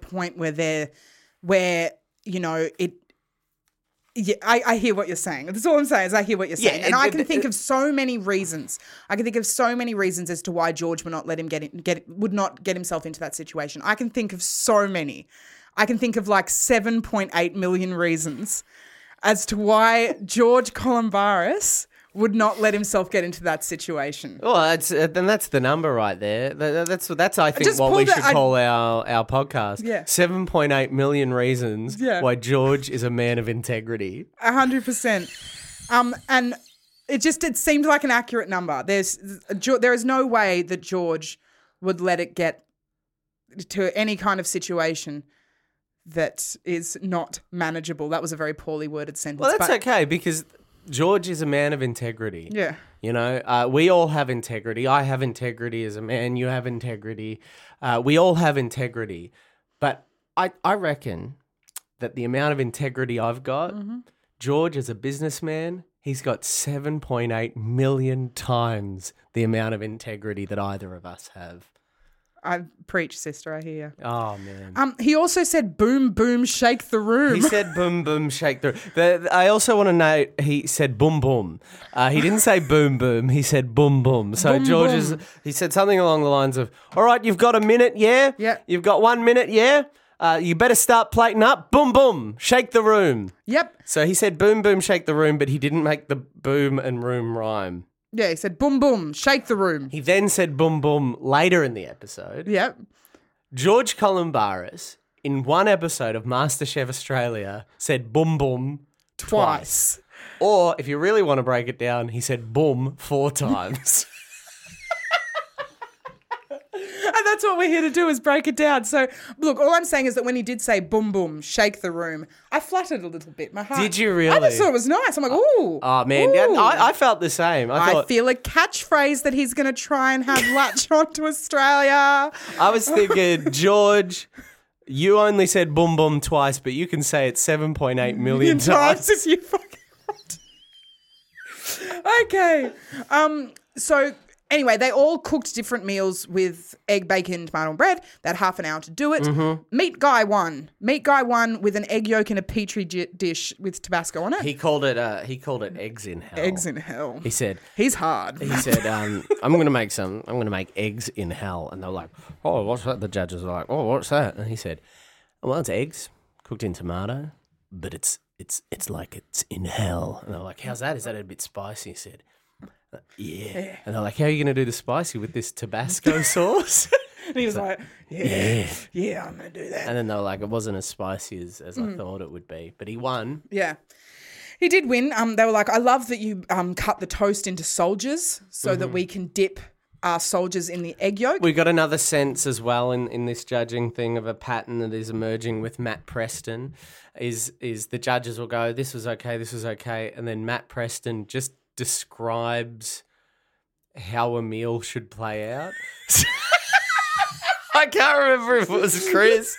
point where they're where you know it. Yeah, I, I hear what you're saying. That's all I'm saying is I hear what you're saying, Yeah, and it- I it- can think it- of so many reasons. I can think of so many reasons as to why George would not let him get in, get would not get himself into that situation. I can think of so many. I can think of like 7.8 million reasons as to why George Columbaris would not let himself get into that situation. Well, that's uh, then that's the number right there. That- that- That's that's I think just what we pulled it- should I- call our our podcast. Yeah. seven point eight million reasons Yeah. why George is a man of integrity. A hundred percent. Um, and it just it seemed like an accurate number. There's Jo- there is no way that George would let it get to any kind of situation that is not manageable. That was a very poorly worded sentence. Well, that's but, okay because George is a man of integrity. Yeah. You know, uh, we all have integrity. I have integrity as a man. You have integrity. Uh, we all have integrity. But I, I reckon that the amount of integrity I've got, George as a businessman, he's got 7.8 million times the amount of integrity that either of us have. I preach, sister. I hear. you. Oh, man. Um, he also said, "Boom, boom, shake the room." He said boom boom shake the. the I also want to note he said boom boom. Uh, he didn't say boom boom. He said boom boom. So Boom, George boom. is. He said something along the lines of, "All right, you've got a minute, yeah. Yeah. You've got one minute, yeah. Uh, you better start plating up. Boom boom, shake the room." yep. So he said boom boom shake the room, but he didn't make the boom and room rhyme. Yeah. He said, "Boom, boom, shake the room." He then said boom boom later in the episode. Yep. George Columbaris in one episode of MasterChef Australia said boom boom Twice. Or if you really want to break it down, he said boom four times. And that's what we're here to do is break it down. So, look, all I'm saying is that when he did say boom boom, shake the room, I fluttered a little bit. My heart. Did you I really? just thought it was nice. I'm like, ooh. oh man, yeah, I, I felt the same. I, I thought, feel a catchphrase that he's going to try and have latch onto Australia. I was thinking, George, you only said boom boom twice, but you can say it seven point eight million times. times if you fucking want. okay. Um. So anyway, they all cooked different meals with egg, bacon, tomato, and bread. They had half an hour to do it. Meat guy won. Meat guy won with an egg yolk in a petri di- dish with Tabasco on it. He called it. Uh, he called it eggs in hell. Eggs in hell. He said. He's hard. He said, um, "I'm going to make some. I'm going to make eggs in hell." And they're like, "Oh, what's that?" The judges are like, "Oh, what's that?" And he said, "Oh, "Well, it's eggs cooked in tomato, but it's it's it's like it's in hell." And they're like, "How's that? Is that a bit spicy?" He said, "Yeah." And they're like, "How are you going to do the spicy with this Tabasco sauce?" And he was like, yeah, yeah, I'm gonna do that. and then they were like, "It wasn't as spicy as, as I thought it would be." But he won. Yeah. He did win. Um, they were like, I love that you um, cut the toast into soldiers so that we can dip our soldiers in the egg yolk. We got another sense as well in, in this judging thing of a pattern that is emerging with Matt Preston. Is is the judges will go, this was okay, this was okay, and then Matt Preston just describes how a meal should play out. I can't remember if it was Chris.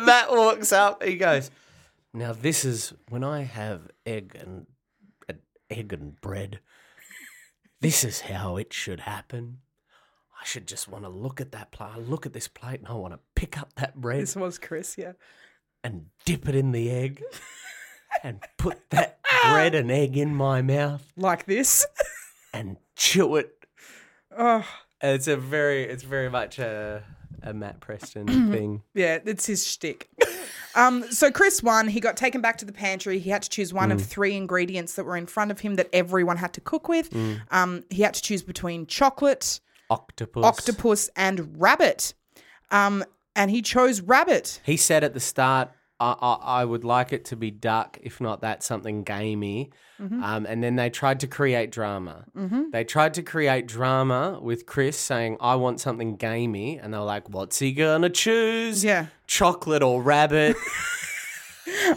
Matt walks up, he goes, Now this is when I have egg and uh, egg and bread. This is how it should happen. I should just want to look at that plate. I look at this plate and I want to pick up that bread This was Chris, yeah. and dip it in the egg and put that bread and egg in my mouth Like this. and chew it. Oh, It's a very, it's very much a, a Matt Preston thing. yeah, it's his shtick. Um, so Chris won. He got taken back to the pantry. He had to choose one of three ingredients that were in front of him that everyone had to cook with. Um, he had to choose between chocolate, Octopus. octopus, and rabbit. Um, and he chose rabbit. He said at the start, I, I, I would like it to be duck, if not that, something gamey. Mm-hmm. Um, and then they tried to create drama. They tried to create drama with Chris saying, I want something gamey. And they were like, what's he going to choose? Yeah. Chocolate or rabbit?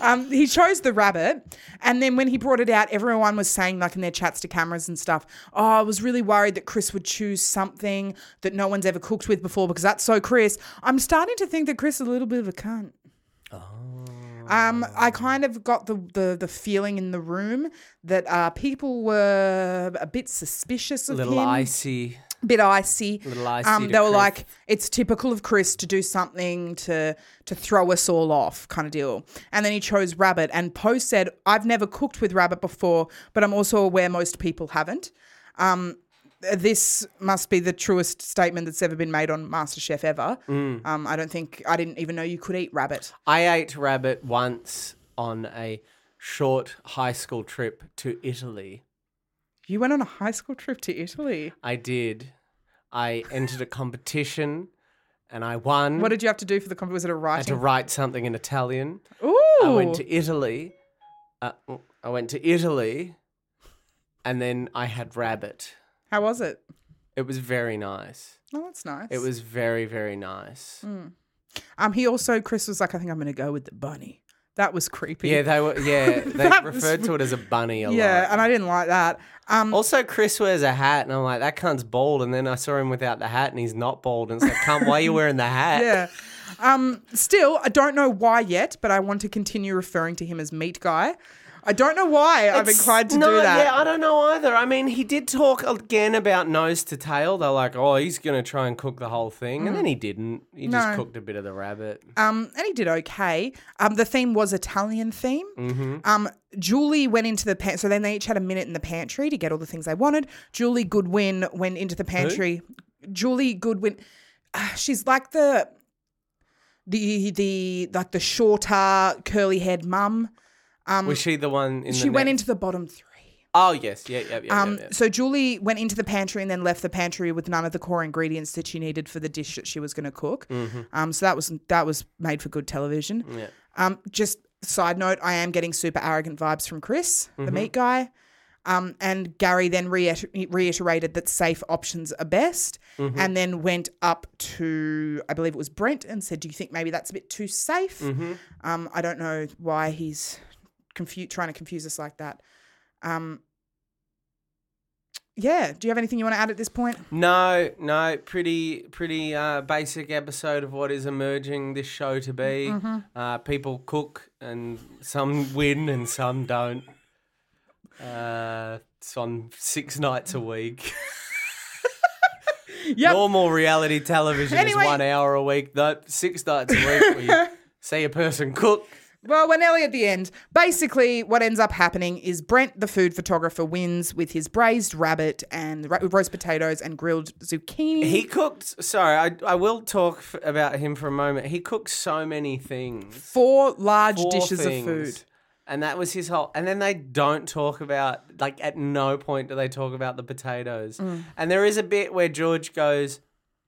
Um, he chose the rabbit, and then when he brought it out, everyone was saying, like in their chats to cameras and stuff, "Oh, I was really worried that Chris would choose something that no one's ever cooked with before because that's so Chris." I'm starting to think that Chris is a little bit of a cunt. Um, I kind of got the, the the feeling in the room that uh, people were a bit suspicious of Little him. icy. bit icy. Little icy Um, to they were Chris. like, it's typical of Chris to do something to to throw us all off, kind of deal. And then he chose rabbit. And Poe said, I've never cooked with rabbit before, but I'm also aware most people haven't. Um, this must be the truest statement that's ever been made on MasterChef ever. Mm. Um, I don't think I didn't even know you could eat rabbit. I ate rabbit once on a short high school trip to Italy. You went on a high school trip to Italy. I did. I entered a competition and I won. What did you have to do for the competition? Was it a Mm. I had to writing? write something in Italian. Ooh, I went to Italy. Uh, I went to Italy and then I had rabbit. how was it? It was very nice. Oh, that's Mm. nice. It was very, very nice. Um, he also Chris was like, I think I'm gonna go with the bunny. That was creepy. Yeah, they were. Yeah, they That was- referred to it as a bunny a yeah, lot. and I didn't like that. Um, Also, Chris wears a hat, and I'm like, that cunt's bald. And then I saw him without the hat, and he's not bald. And it's like, cunt, why are you wearing the hat? yeah. Um, still, I don't know why yet, but I want to continue referring to him as meat guy. I don't know why I'm It's inclined to not- do that. Yeah, I don't know either. I mean, he did talk again about nose to tail. They're like, oh, he's going to try and cook the whole thing. And then he didn't. He Mm. No. just cooked a bit of the rabbit. Um, and he did okay. Um, the theme was Italian theme. Mm-hmm. Um, Julie went into the pantry. So then they each had a minute in the pantry to get all the things they wanted. Julie Goodwin went into the pantry. Julie Goodwin, Ah, she's like the the the like the shorter curly haired mum. Was she the one in the She went net? into the bottom three. Oh, yes. Yeah, yeah, yeah. Um, yeah, yeah. So Julie went into the pantry and then left the pantry with none of the core ingredients that she needed for the dish that she was going to cook. Mm-hmm. Um, so that was that was made for good television. Um, just side note, I am getting super arrogant vibes from Chris, the meat guy. Um, and Gary then reiter- reiterated that safe options are best, and then went up to I believe it was Brent and said, "Do you think maybe that's a bit too safe?" Mm-hmm. Um, I don't know why he's confu- trying to confuse us like that. Um, yeah. Do you have anything you want to add at this point? No, no, pretty, pretty uh, basic episode of what is emerging this show to be. Mm-hmm. Uh, people cook, and some win, and some don't. Uh, it's on six nights a week. Yep. Normal reality television Anyway. is one hour a week. No, six nights a week. where you see a person cook. Well, we're nearly at the end. Basically, what ends up happening is Brent, the food photographer, wins with his braised rabbit and ra- roast potatoes and grilled zucchini. He cooked. Sorry, I, I will talk f- about him for a moment. He cooked so many things. four large four dishes things. of food. And that was his whole. And then they don't talk about, like, at no point do they talk about the potatoes. Mm. And there is a bit where George goes,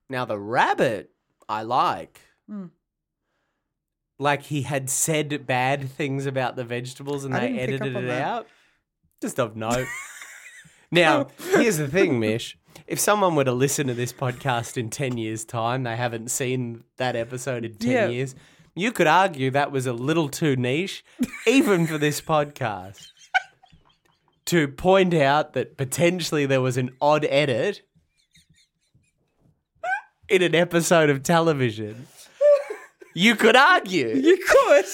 Now the rabbit I like. Mm. Like, he had said bad things about the vegetables and I they didn't pick edited up on it that. out. Just of note. now, here's the thing, Mish. If someone were to listen to this podcast in 10 years' time, they haven't seen that episode in 10 Yeah. years, you could argue that was a little too niche, even for this podcast, to point out that potentially there was an odd edit in an episode of television. You could argue You could.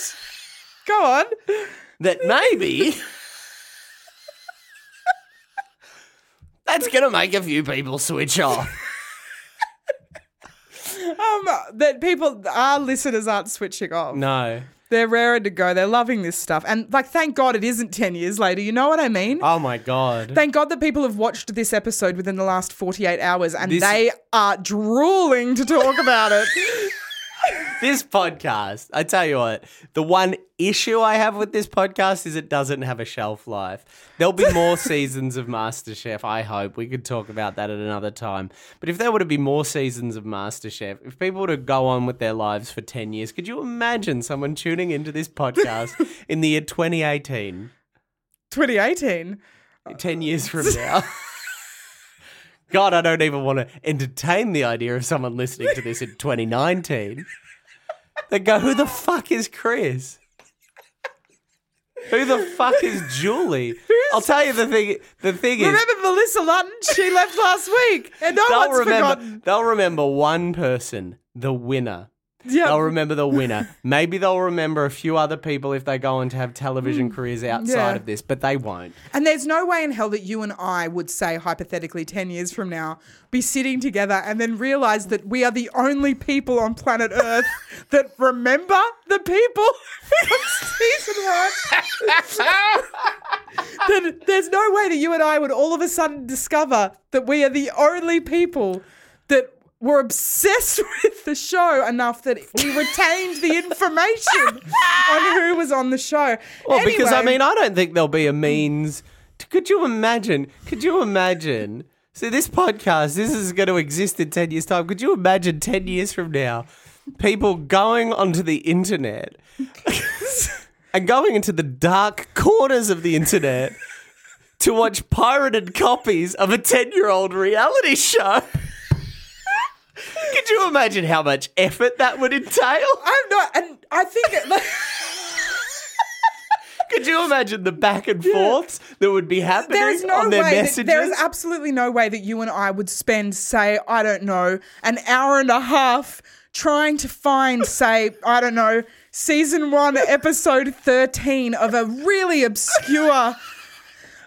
Go on. that maybe. That's going to make a few people switch off. Um, that people, our listeners aren't switching off. No. They're raring to go. They're loving this stuff. And, like, thank God it isn't 10 years later. You know what I mean? Oh my god. Thank God that people have watched this episode within the last 48 hours and This- they are drooling to talk about it. this podcast, I tell you what, the one issue I have with this podcast is it doesn't have a shelf life. There'll be more seasons of MasterChef, I hope. We could talk about that at another time. But if there were to be more seasons of MasterChef, if people were to go on with their lives for 10 years, could you imagine someone tuning into this podcast in the year 2018? 2018. 10 years from now. God, I don't even want to entertain the idea of someone listening to this in 2019. They go, who the fuck is Chris? Who the fuck is Julie? I'll tell you the thing. The thing is, Remember Melissa Lutton? She left last week and no they'll one's remember. forgotten. They'll remember one person, the winner, Yeah. They'll remember the winner. Maybe they'll remember a few other people if they go on to have television careers outside Mm. yeah. of this, but they won't. And there's no way in hell that you and I would say, hypothetically, 10 years from now, be sitting together and then realize that we are the only people on planet Earth that remember the people from season one. then there's no way that you and I would all of a sudden discover that we are the only people that were obsessed with the show enough that we retained the information on who was on the show. Well, because I Anyway. mean, I don't think there'll be a means. To, could you imagine? Could you imagine? See, this podcast, this is going to exist in 10 years' time. Could you imagine 10 years from now, people going onto the internet and going into the dark corners of the internet to watch pirated copies of a 10 year old reality show? could you imagine how much effort that would entail? I'm not, and I think it, like, Could you imagine the back and forths that would be happening there's no on their way. That, messages? there is absolutely no way that you and I would spend, say, I don't know, an hour and a half trying to find, say, I don't know, season one, episode thirteen of a really obscure,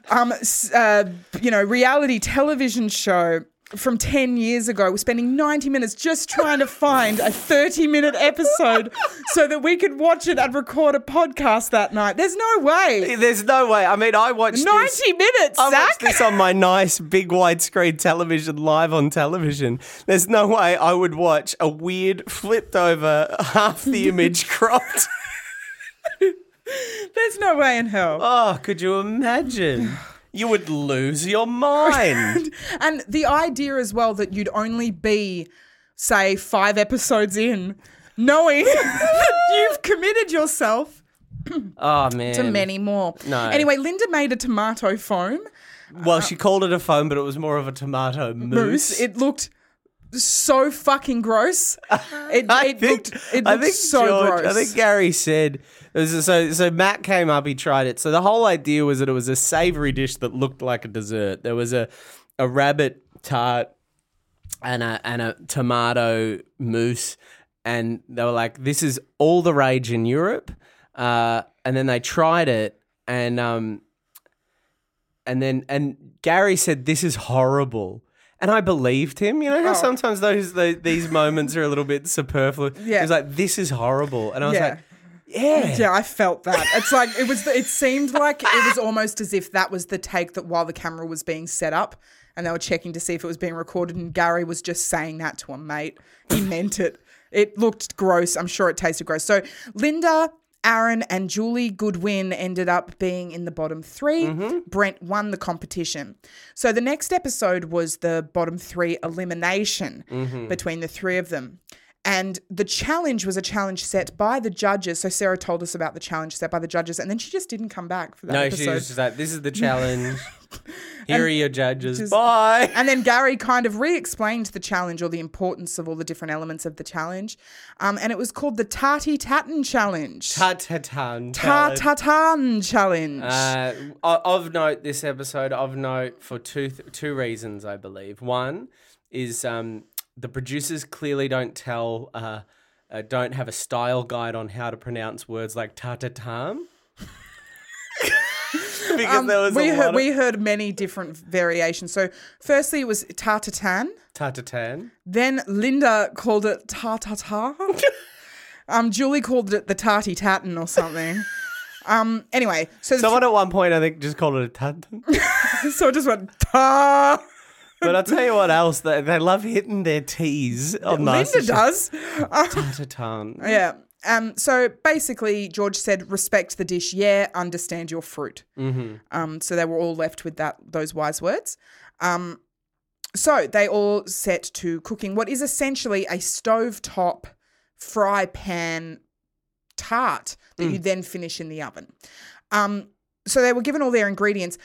um, s- uh, you know, reality television show. From 10 years ago, we're spending 90 minutes just trying to find a 30 minute episode so that we could watch it and record a podcast that night. There's no way. There's no way. I mean, I watched 90 this. minutes, I Zach. watched this on my nice big widescreen television, live on television. There's no way I would watch a weird flipped over half the image cropped. There's no way in hell. Oh, could you imagine? You would lose your mind. And the idea as well that you'd only be, say, five episodes in, knowing that you've committed yourself Oh man. to many more. No. Anyway, Linda made a tomato foam Well, she called it a phone, but it was more of a tomato mousse. mousse. It looked so fucking gross. It, it looked it looked so George- gross. I think Gary said it was- so. So Matt came up, he tried it. So the whole idea was that it was a savory dish that looked like a dessert. There was a a rabbit tart and a and a tomato mousse, and they were like, "This is all the rage in Europe." Uh, and then they tried it, and um, and then and Gary said, "This is horrible." And I believed him. You know Oh. how sometimes those, those these moments are a little bit superfluous. Yeah. He was like, "This is horrible," and I was Yeah. like, "Yeah, Yeah, I felt that. It's like it was. It seemed like it was almost as if that was the take that while the camera was being set up, and they were checking to see if it was being recorded, and Gary was just saying that to a mate. He meant it. It looked gross. I'm sure it tasted gross. So Linda. Aaron and Julie Goodwin ended up being in the bottom 3 Brent won the competition. So the next episode was the bottom three elimination between the three of them. And the challenge was a challenge set by the judges. So Sarah told us about the challenge set by the judges, and then she just didn't come back for that no." episode. She was just like, "This is the challenge. Here are your judges. just- Bye." and then Gary kind of re-explained the challenge or the importance of all the different elements of the challenge, um, and it was called the Tarty Tatten Challenge. Ta-ta-tan. Tartatan Challenge. Uh, o- of note, this episode of note for two th- two reasons, I believe. One is um, the producers clearly don't tell, uh, uh, don't have a style guide on how to pronounce words like tam. because there was we a heard lot we of heard many different variations. So firstly, it was Tartatan. tatatan. Then Linda called it ta ta ta. um, Julie called it the tarty tatin or something. Um, anyway, so, Someone at one point, I think, just called it a tatan. so it just went ta. but I'll tell you what else, they, they love hitting their T's on Linda does. Tatatan. Yeah. Um, so basically, George said, "Respect the dish, yeah. Understand your fruit." Mm-hmm. Um, so they were all left with that those wise words. Um, so they all set to cooking what is essentially a stovetop fry pan tart that you then finish in the oven. Um, so they were given all their ingredients.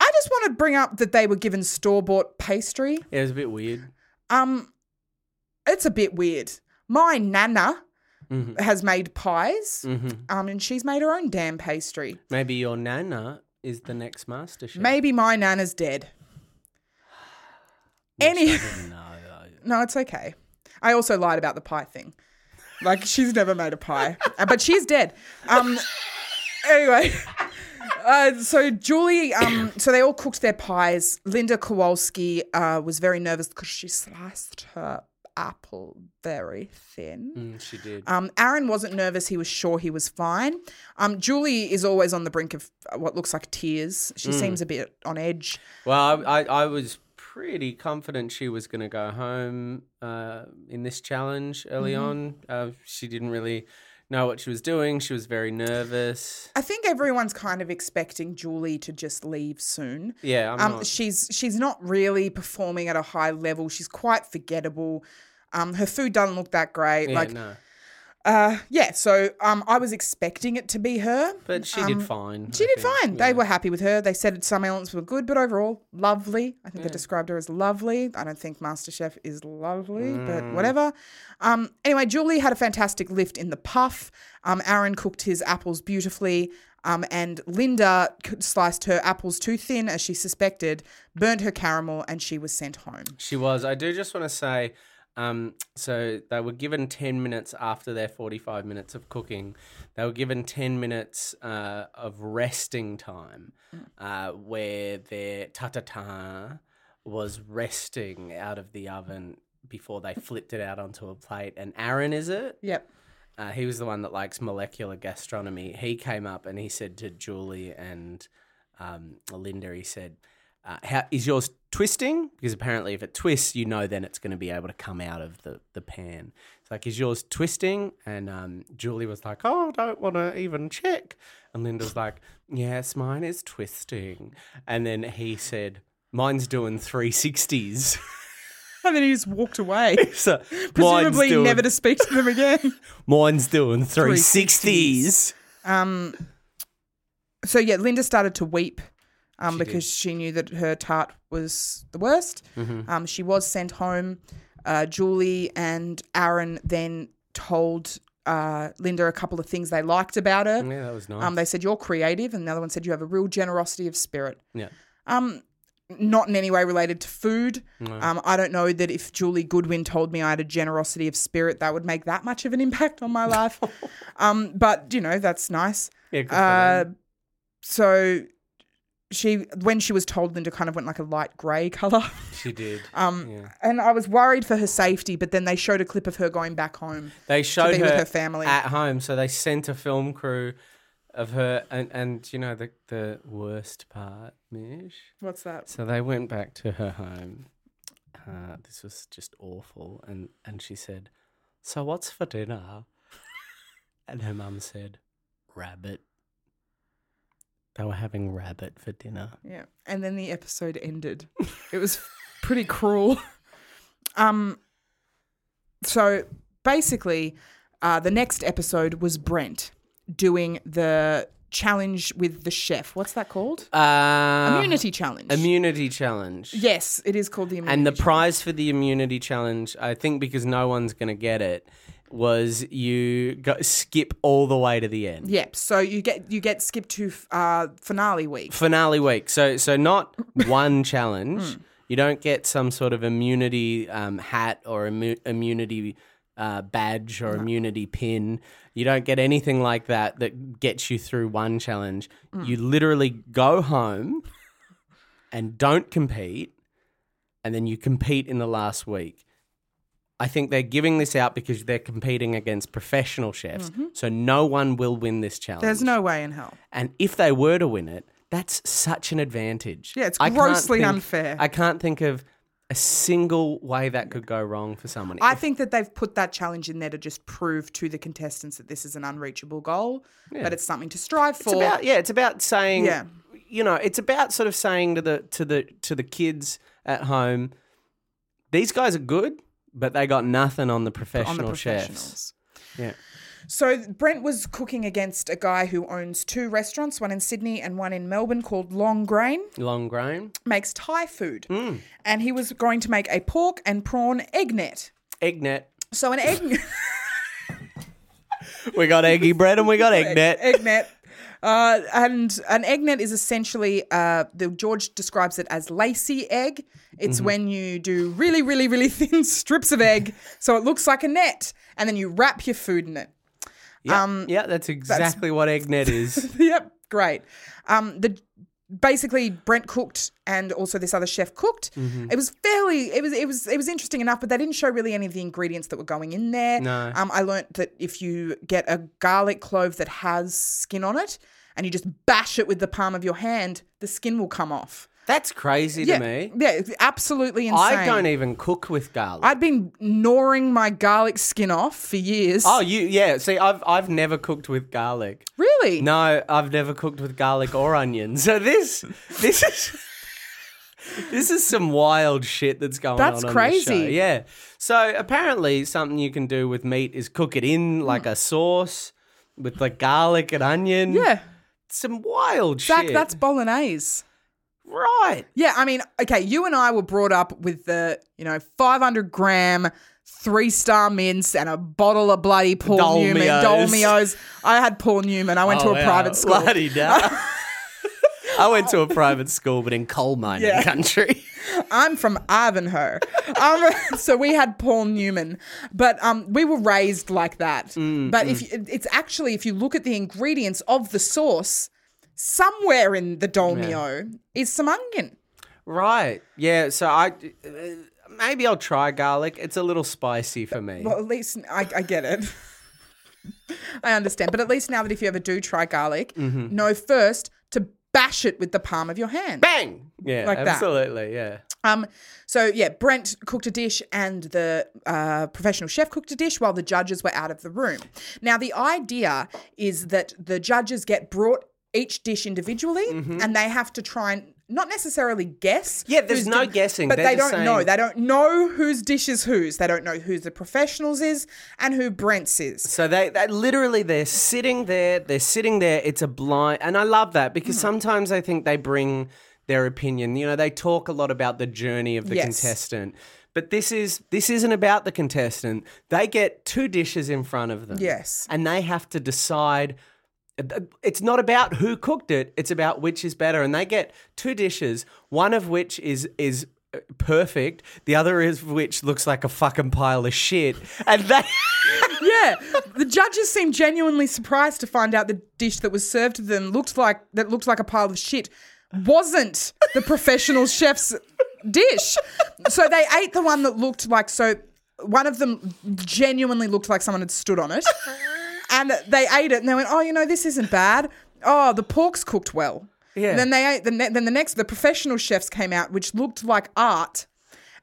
I just want to bring up that they were given store bought pastry. It was a bit weird. Um, it's a bit weird. My nana has made pies, um, and she's made her own damn pastry. Maybe your nana is the next master chef. Maybe my nana's dead. Any, No, no, it's okay. I also lied about the pie thing. Like she's never made a pie, Uh, but she's dead. Um, anyway, uh, so Julie, um, so they all cooked their pies. Linda Kowalski uh, was very nervous because she sliced her apple very thin. Mm, She did. Um, Aaron wasn't nervous. He was sure he was fine. Um, Julie is always on the brink of uh, what looks like tears. She seems a bit on edge. Well, I, I, I was pretty confident she was going to go home uh, in this challenge early Mm-hmm. on. Uh, she didn't really know what she was doing. She was very nervous. I think everyone's kind of expecting Julie to just leave soon. Yeah, I'm um, not- she's she's not really performing at a high level. She's quite forgettable. Um, her food doesn't look that great. Yeah, like, no. uh, yeah. So, um, I was expecting it to be her. But she did fine. Um, She I did think. fine. They were happy with her. They said some elements were good, but overall, lovely. I think Mm. they described her as lovely. I don't think MasterChef is lovely, but Mm. whatever. Um, anyway, Julie had a fantastic lift in the puff. Um, Aaron cooked his apples beautifully. Um, and Linda c- sliced her apples too thin, as she suspected, burnt her caramel, and she was sent home. She was. I do just want to say, um, so they were given ten minutes after their forty-five minutes of cooking. They were given ten minutes uh, of resting time, uh, where their ta-ta-ta was resting out of the oven before they flipped it out onto a plate. And Aaron, is it? Yep. Uh, he was the one that likes molecular gastronomy. He came up and he said to Julie and um, Linda, he said, uh, how, "Is yours twisting? Because apparently, if it twists, you know then it's going to be able to come out of the the pan. It's like, is yours twisting?" And um, Julie was like, "Oh, I don't want to even check." And Linda's like, "Yes, mine is twisting." And then he said, "Mine's doing 360s." And then he just walked away, so mine's presumably doing, never to speak to them again. mine's doing 360s. Um, so yeah, Linda started to weep um, because she knew that her tart was the worst. Um, she was sent home. Uh, Julie and Aaron then told uh, Linda a couple of things they liked about her. Yeah, that was nice. Um, they said you're creative, and the other one said you have a real generosity of spirit. yeah. Um, not in any way related to food. Um, I don't know that if Julie Goodwin told me I had a generosity of spirit, that would make that much of an impact on my life. um, but you know, that's nice. Yeah, good for Uh, them. so she, when she was told, Linda kind of went like a light grey color. She did. Um, Yeah. and I was worried for her safety, but then they showed a clip of her going back home. They showed be her, with her family. at home, so they sent a film crew of her, and and you know the the worst part, Mish. What's that? So they went back to her home. Uh, this was just awful, and and she said, "So what's for dinner?" and her mum said, "Rabbit." They were having rabbit for dinner. Yeah. And then the episode ended. It was pretty cruel. Um so basically uh the next episode was Brent doing the challenge with the chef. What's that called? Uh, immunity challenge. immunity challenge. yes, it is called the immunity. And the prize for the immunity challenge, I think because no one's going to get it, was you go, skip all the way to the end. Yep. So you get you get skipped to uh finale week. Finale week. So so not one challenge. Hmm. You don't get some sort of immunity um, hat or immu- immunity uh, badge or immunity pin. You don't get anything like that that gets you through one challenge. Hmm. You literally go home and don't compete, and then you compete in the last week. I think they're giving this out because they're competing against professional chefs, so no one will win this challenge. Mm-hmm. There's no way in hell. And if they were to win it, that's such an advantage. Yeah, it's can't grossly think- unfair. I can't think of a single way that could go wrong for someone. I If- think that they've put that challenge in there to just prove to the contestants that this is an unreachable goal, but it's something to strive for. it's about yeah, it's about saying Yeah. you know, it's about sort of saying to the to the to the kids at home, these guys are good, but they got nothing on the professional on the chefs. professionals. Yeah. So Brent was cooking against a guy who owns two restaurants, one in Sydney and one in Melbourne called Long Grain, Long grain. makes Thai food. Mm. And he was going to make a pork and prawn egg net. Egg net. So an egg We got eggy bread and we got egg net. egg net. Uh, and an eggnet is essentially uh, the George describes it as lacy egg. It's when you do really, really, really thin strips of egg, so it looks like a net, and then you wrap your food in it. Yeah, um, yeah, that's exactly what eggnet is. yep, great. Um, the basically Brent cooked and also this other chef cooked. Mm-hmm. It was fairly it was it was it was interesting enough, but they didn't show really any of the ingredients that were going in there. No. Um, I learnt that if you get a garlic clove that has skin on it and you just bash it with the palm of your hand, the skin will come off. That's crazy Yeah, to me. yeah, it's absolutely insane. I don't e- even cook with garlic. I'd been gnawing my garlic skin off for years. oh, you yeah. See, I've I've never cooked with garlic. really? No, I've never cooked with garlic or onion. So this this is this is some wild shit that's going That's on. on this show. crazy. Yeah. So apparently something you can do with meat is cook it in like a sauce with like garlic and onion. Yeah. Some wild Zach, shit. that's bolognese. right. Yeah, I mean, okay, you and I were brought up with the, you know, 500 gram, three star mints and a bottle of bloody Paul Newman, Dolmios. Dolmios. I had Paul Newman. I went to a private school. Oh, Bloody da. I went to a private school, but in coal mining Yeah. country. I'm from Ivanhoe. um, so we had Paul Newman, but um, we were raised like that. but if you, it's actually, if you look at the ingredients of the sauce, somewhere in the Dolmio is some onion. Right. Yeah. So I uh, maybe I'll try garlic. It's a little spicy for me. Well, at least I, I get it. I understand. But at least now that if you ever do try garlic, Mm-hmm. know first to bash it with the palm of your hand. Bang. Yeah. Like that. absolutely. Yeah. Um, so, yeah, Brent cooked a dish and the uh, professional chef cooked a dish while the judges were out of the room. Now, the idea is that the judges get brought each dish individually and they have to try and not necessarily guess. Mm-hmm. Yeah, there's who's no guessing. But They're they don't just know. saying- They don't know whose dish is whose. They don't know who the professionals is and who Brent's is. So they, they literally they're sitting there. They're sitting there. It's a blind, and I love that because Mm-hmm. sometimes I think they bring their opinion. You know, they talk a lot about the journey of the Yes. contestant. But this is this isn't about the contestant. They get two dishes in front of them. Yes. And they have to decide it's not about who cooked it it's about which is better and they get two dishes one of which is is uh, perfect the other is which looks like a fucking pile of shit and they Yeah, the judges seemed genuinely surprised to find out the dish that was served to them looked like that looked like a pile of shit wasn't the professional chef's dish. So they ate the one that looked like so one of them genuinely looked like someone had stood on it. And they ate it and they went, "Oh, you know, this isn't bad. Oh, the pork's cooked well." Yeah. Then they ate the ne- then the next the professional chefs came out which looked like art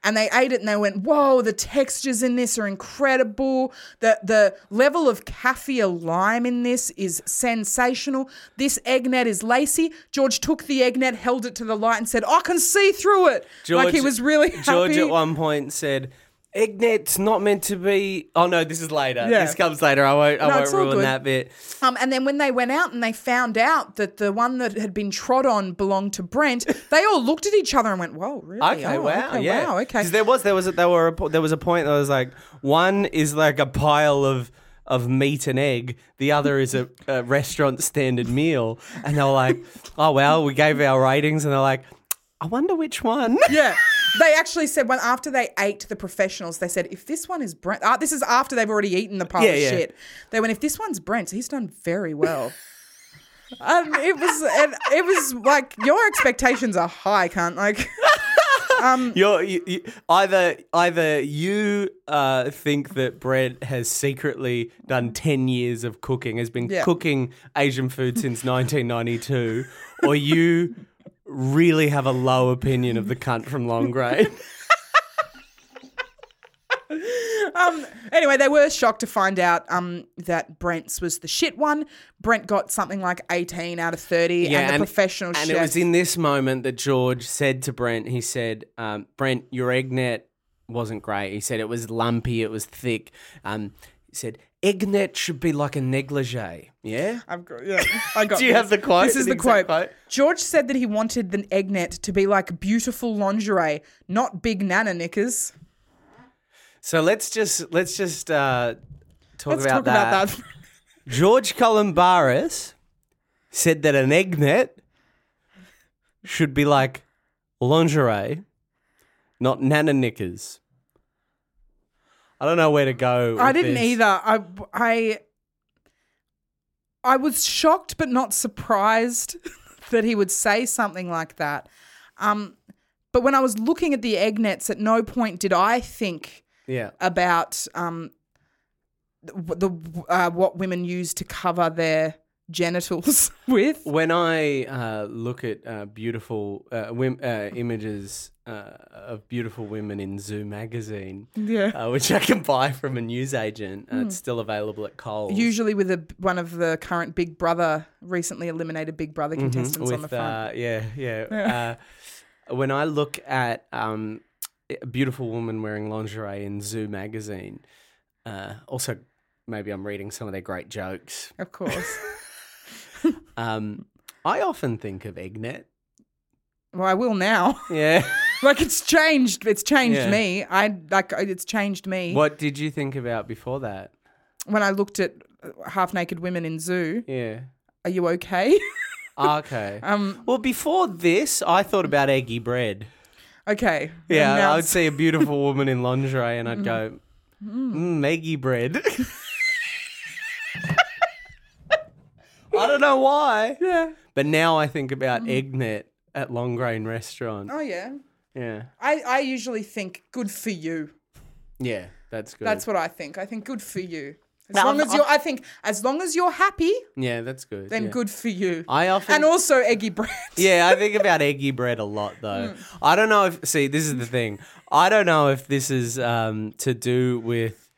and they ate it and they went, "Whoa, the textures in this are incredible. The the level of kaffir lime in this is sensational. This eggnet is lacy." George took the eggnet, held it to the light, and said, "I can see through it." like he was really happy. George oh, at one point said Ignat's not meant to be. Oh no, this is later. Yeah. This comes later. I won't. I No, it's won't all ruin good. that bit. Um, and then when they went out and they found out that the one that had been trod on belonged to Brent, they all looked at each other and went, "Whoa, really? Okay, Oh, wow, okay, yeah, wow, okay." 'Cause there was there was a, there were a, po- there was a point that was like one is like a pile of of meat and egg, the other is a, a restaurant standard meal, and they were like, oh well, we gave our ratings, and they're like, I wonder which one. Yeah. They actually said when after they ate the professionals, they said if this one is Brent, ah, this is after they've already eaten the pile Yeah, of yeah. shit. They went if this one's Brent, he's done very well. um, it was and it was like your expectations are high, cunt. Like You're, you, you, either either you uh, think that Brent has secretly done ten years of cooking, has been Yeah. cooking Asian food since 1992, or you really have a low opinion of the cunt from Long Grade. um, anyway, they were shocked to find out um, that Brent's was the shit one. Brent got something like eighteen out of thirty, and the professional and chef. it was in this moment that George said to Brent, he said, um, "Brent, your eggnet wasn't great." He said it was lumpy, it was thick. Um, he said, "Eggnet should be like a negligee." Yeah. I've got, yeah, I got Do you this. have the quote? This is The the quote. exact quote? George said that he wanted the eggnet to be like beautiful lingerie, not big nana knickers. So let's just let's just uh, talk, Let's about, talk that. about that. George Columbaris said that an eggnet should be like lingerie, not nana knickers. I don't know where to go. I with didn't this. either. I I I was shocked but not surprised that he would say something like that. Um, but when I was looking at the egg nets, at no point did I think Yeah. about um, the the, uh, what women use to cover their genitals with. When I uh, look at uh, beautiful uh, wim- uh, images uh, of beautiful women in Zoo magazine, Yeah. Hmm. uh, which I can buy from a newsagent, uh, it's still available at Coles. Usually with a, one of the current Big Brother, recently eliminated Big Brother contestants on Mm-hmm. the with front. uh, yeah, yeah. Uh, when I look at um, a beautiful woman wearing lingerie in Zoo magazine, uh, also maybe I'm reading some of their great jokes. of course. Um, I often think of Egnet. well, I will now. Yeah. like it's changed. It's changed Yeah. me. I like it's changed me. what did you think about before that? When I looked at uh, half naked women in zoo, Yeah. Ah, are you okay? Okay. um, well, before this, I thought about eggy bread. okay. Yeah, And now I would it's- see a beautiful woman in lingerie and I'd go, mm, eggy bread. I don't know why. Yeah. Mm. But now I think about eggnet at Long Grain Restaurant. Oh yeah. Yeah. I, I usually think good for you. Yeah, that's good. That's what I think. I think good for you. As Now, long I'm- as you're, I think as long as you're happy, yeah, that's good. then yeah. good for you. I often and also eggy bread. Yeah, I think about eggy bread a lot though. I don't know if see, this is the thing. I don't know if this is um, to do with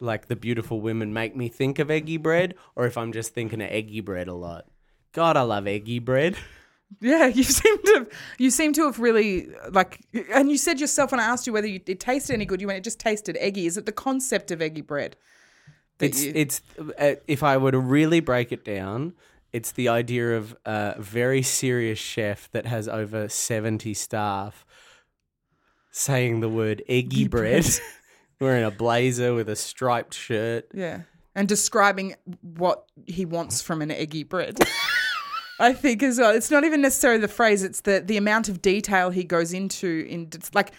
like the beautiful women make me think of eggy bread or if I'm just thinking of eggy bread a lot. God, I love eggy bread. Yeah, you seem to have, you seem to have really like, and you said yourself when I asked you whether you, it tasted any good, you went it just tasted eggy. Is it the concept of eggy bread? that It's you- it's uh, if I were to really break it down, it's the idea of a very serious chef that has over 70 staff saying the word eggy bread. Wearing a blazer with a striped shirt. Yeah. And describing what he wants from an eggy bread. I think as well. It's not even necessarily the phrase, it's the, the amount of detail he goes into in it's like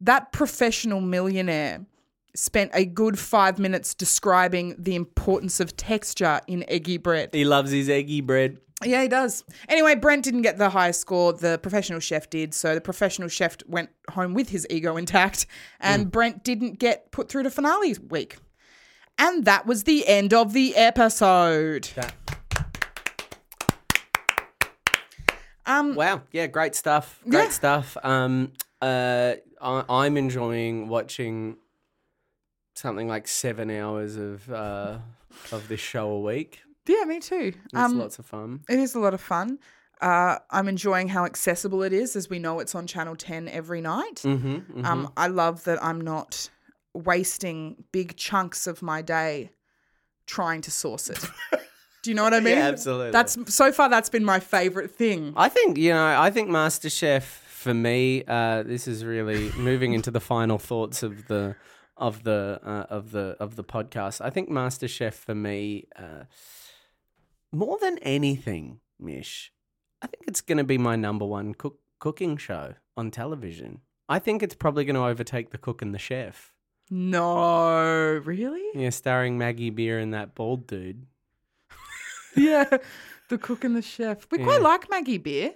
that professional millionaire spent a good 5 minutes describing the importance of texture in eggy bread. He loves his eggy bread. Yeah, he does. Anyway, Brent didn't get the highest score, the professional chef did. So the professional chef went home with his ego intact and Brent didn't get put through to finale week. And that was the end of the episode. Um, Wow. Yeah, great stuff. Great Yeah. stuff. Um uh I, I'm enjoying watching something like 7 hours of uh of this show a week. yeah, me too. It's Um, lots of fun. It is a lot of fun. Uh, I'm enjoying how accessible it is, as we know it's on Channel 10 every night. Mhm. mhm. Um, I love that I'm not wasting big chunks of my day trying to source it. Do you know what I mean? absolutely. That's so far that's been my favorite thing. I think you know. I think MasterChef for me, uh, this is really moving into the final thoughts of the of the uh, of the of the podcast. I think MasterChef for me, uh, more than anything, Mish, I think it's going to be my number one cook cooking show on television. I think it's probably going to overtake the Cook and the Chef. No, really? Yeah, starring Maggie Beer and that bald dude. Yeah. The cook and the chef. We Yeah. quite like Maggie Beer.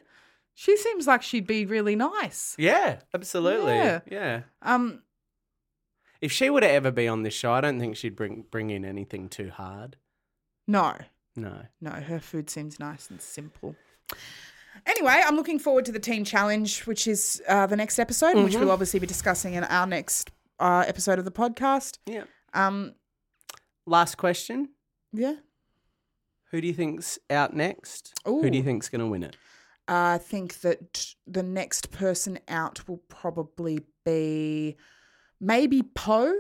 She seems like she'd be really nice. Yeah, absolutely. Yeah. yeah. Um If she were to ever be on this show, I don't think she'd bring bring in anything too hard. no. No. No, her food seems nice and simple. Anyway, I'm looking forward to the team challenge, which is uh, the next episode, which we'll obviously be discussing in our next uh, episode of the podcast. Yeah. Um, Last question: yeah, Who do you think's out next? Who do you Ooh. think's going to win it? I think that the next person out will probably be maybe Poe,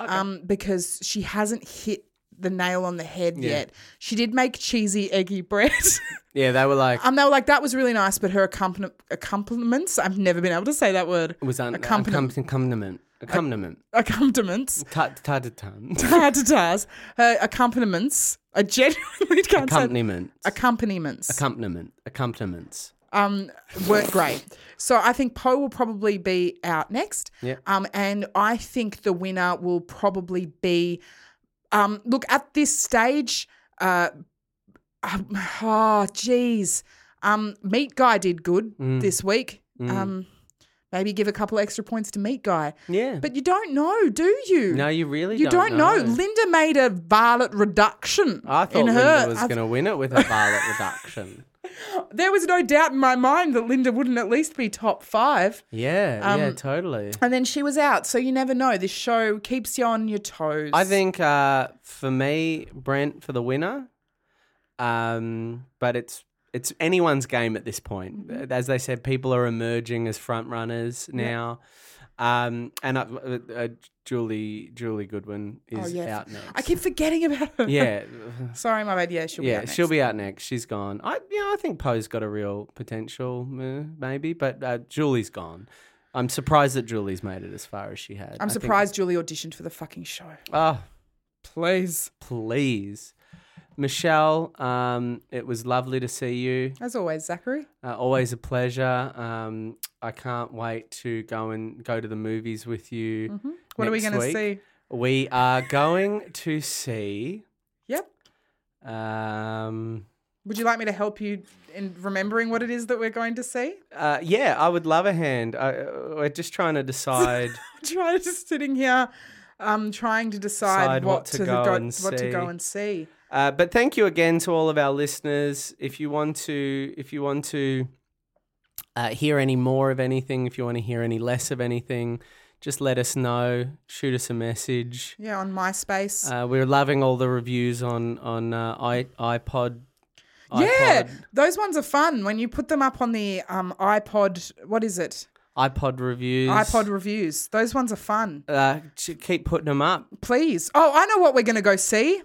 um, because she hasn't hit the nail on the head Yeah. yet. She did make cheesy eggy bread. Yeah, they were like, Um, they were like, that was really nice, but her accompani- accompaniments, I've never been able to say that word. was un- accompaniment. accompaniment. Accompaniment. accompaniments, Tut tutatum. ta-ta-tas, uh, accompaniments. I genuinely can't say Accompaniment. accompaniments. Accompaniment. Accompaniments. um, weren't great. So I think Poe will probably be out next. Yeah. Um, and I think the winner will probably be. Um, look at this stage. Uh, um, oh, geez. Um, Meat Guy did good Mm. this week. Um, maybe give a couple extra points to Meat Guy. Yeah. But you don't know, do you? No, you really You don't don't, know. know. Linda made a violet reduction. I thought in Linda her. was I- going to win it with a violet reduction. There was no doubt in my mind that Linda wouldn't at least be top five. Yeah, Um, yeah, totally. And then she was out, so you never know. This show keeps you on your toes. I think uh, for me, Brent for the winner. Um, but it's it's anyone's game at this point. Mm-hmm. As they said, people are emerging as front runners now. Um, and uh, uh, uh, Julie Julie Goodwin is yeah. out next. Oh, I keep forgetting about her. yeah, Sorry, my bad. Yeah, she'll be yeah, out. Next. she'll be out next. She's gone. I you know, I think Poe's got a real potential, eh, maybe, but uh, Julie's gone. I'm surprised that Julie's made it as far as she had. I'm I think- surprised Julie auditioned for the fucking show. Oh, Ah, Please. please. Michelle, um, it was lovely to see you. As always, Zachary. Uh, always a pleasure. Um, I can't wait to go and go to the movies with you. Mm-hmm. What are we next gonna week. see? We are going to see. Yep. Um, Would you like me to help you in remembering what it is that we're going to see? uh, yeah, I would love a hand. I, uh, we're just trying to decide. Try just sitting here, um, trying to decide Decide what, what to go and what to go see. and see. Uh, but thank you again to all of our listeners. If you want to, if you want to uh, hear any more of anything, if you want to hear any less of anything, just let us know. Shoot us a message. Yeah, on MySpace. Uh, we're loving all the reviews on on uh, i iPod. yeah, iPod, those ones are fun when you put them up on the um, iPod. What is it? iPod reviews. iPod reviews. Those ones are fun. Uh, j- keep putting them up. Please. Oh, I know what we're going to go see.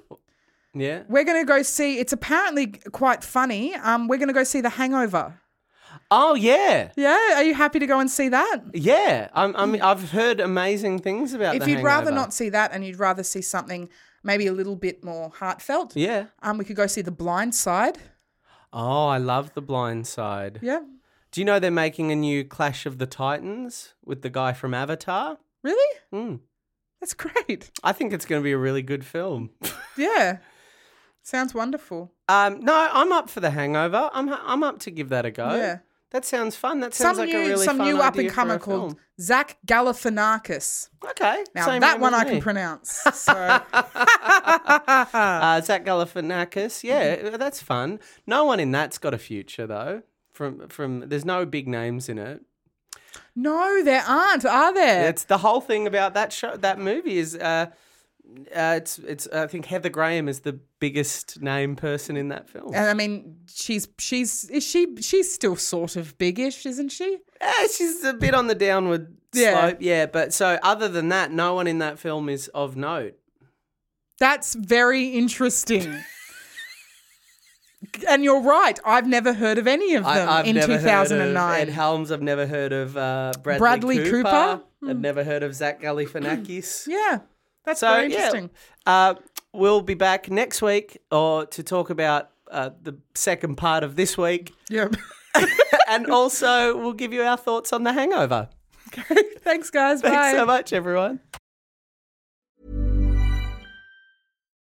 Yeah. We're going to go see. It's apparently quite funny. Um, we're going to go see The Hangover. Uh, Oh yeah. Yeah. Are you happy to go and see that? Yeah. I'm. I'm I've heard amazing things about. if The you'd rather Hangover. not see that and you'd rather see something maybe a little bit more heartfelt, Yeah. um, we could go see The Blind Side. Oh, I love The Blind Side. Yeah. Do you know they're making a new Clash of the Titans with the guy from Avatar? Really? Mm. That's great. I think it's going to be a really good film. Yeah. Sounds wonderful. um, no, I'm up for The Hangover. I'm I'm up to give that a go. Yeah. That sounds fun. That sounds some like new, a really some fun new idea up and comer for a film. called Zach Galifianakis. Okay. Now same that name one as I can me. pronounce. So Uh, Zach Galifianakis. Mm-hmm. Yeah, uh, that's fun. No one in that's got a future though. From from there's no big names in it. no, there aren't, are there? It's the whole thing about that show, that movie is. Uh, uh, it's it's. I think Heather Graham is the biggest name person in that film. And I mean, she's she's is she she's still sort of biggish, isn't she? Eh, she's a bit on the downward Yeah. slope. Yeah, but so other than that, no one in that film is of note. That's very interesting. and you're right. I've never heard of any of them in never heard of 2009. Ed Helms. I've never heard of uh, Bradley, Bradley Cooper. Cooper? Hmm. I've never heard of Zach Galifianakis. yeah, that's So very interesting. Yeah, uh, we'll be back next week or to talk about uh, the second part of this week. Yeah. and also we'll give you our thoughts on the hangover. Thanks, guys. Thanks Bye. so much, everyone.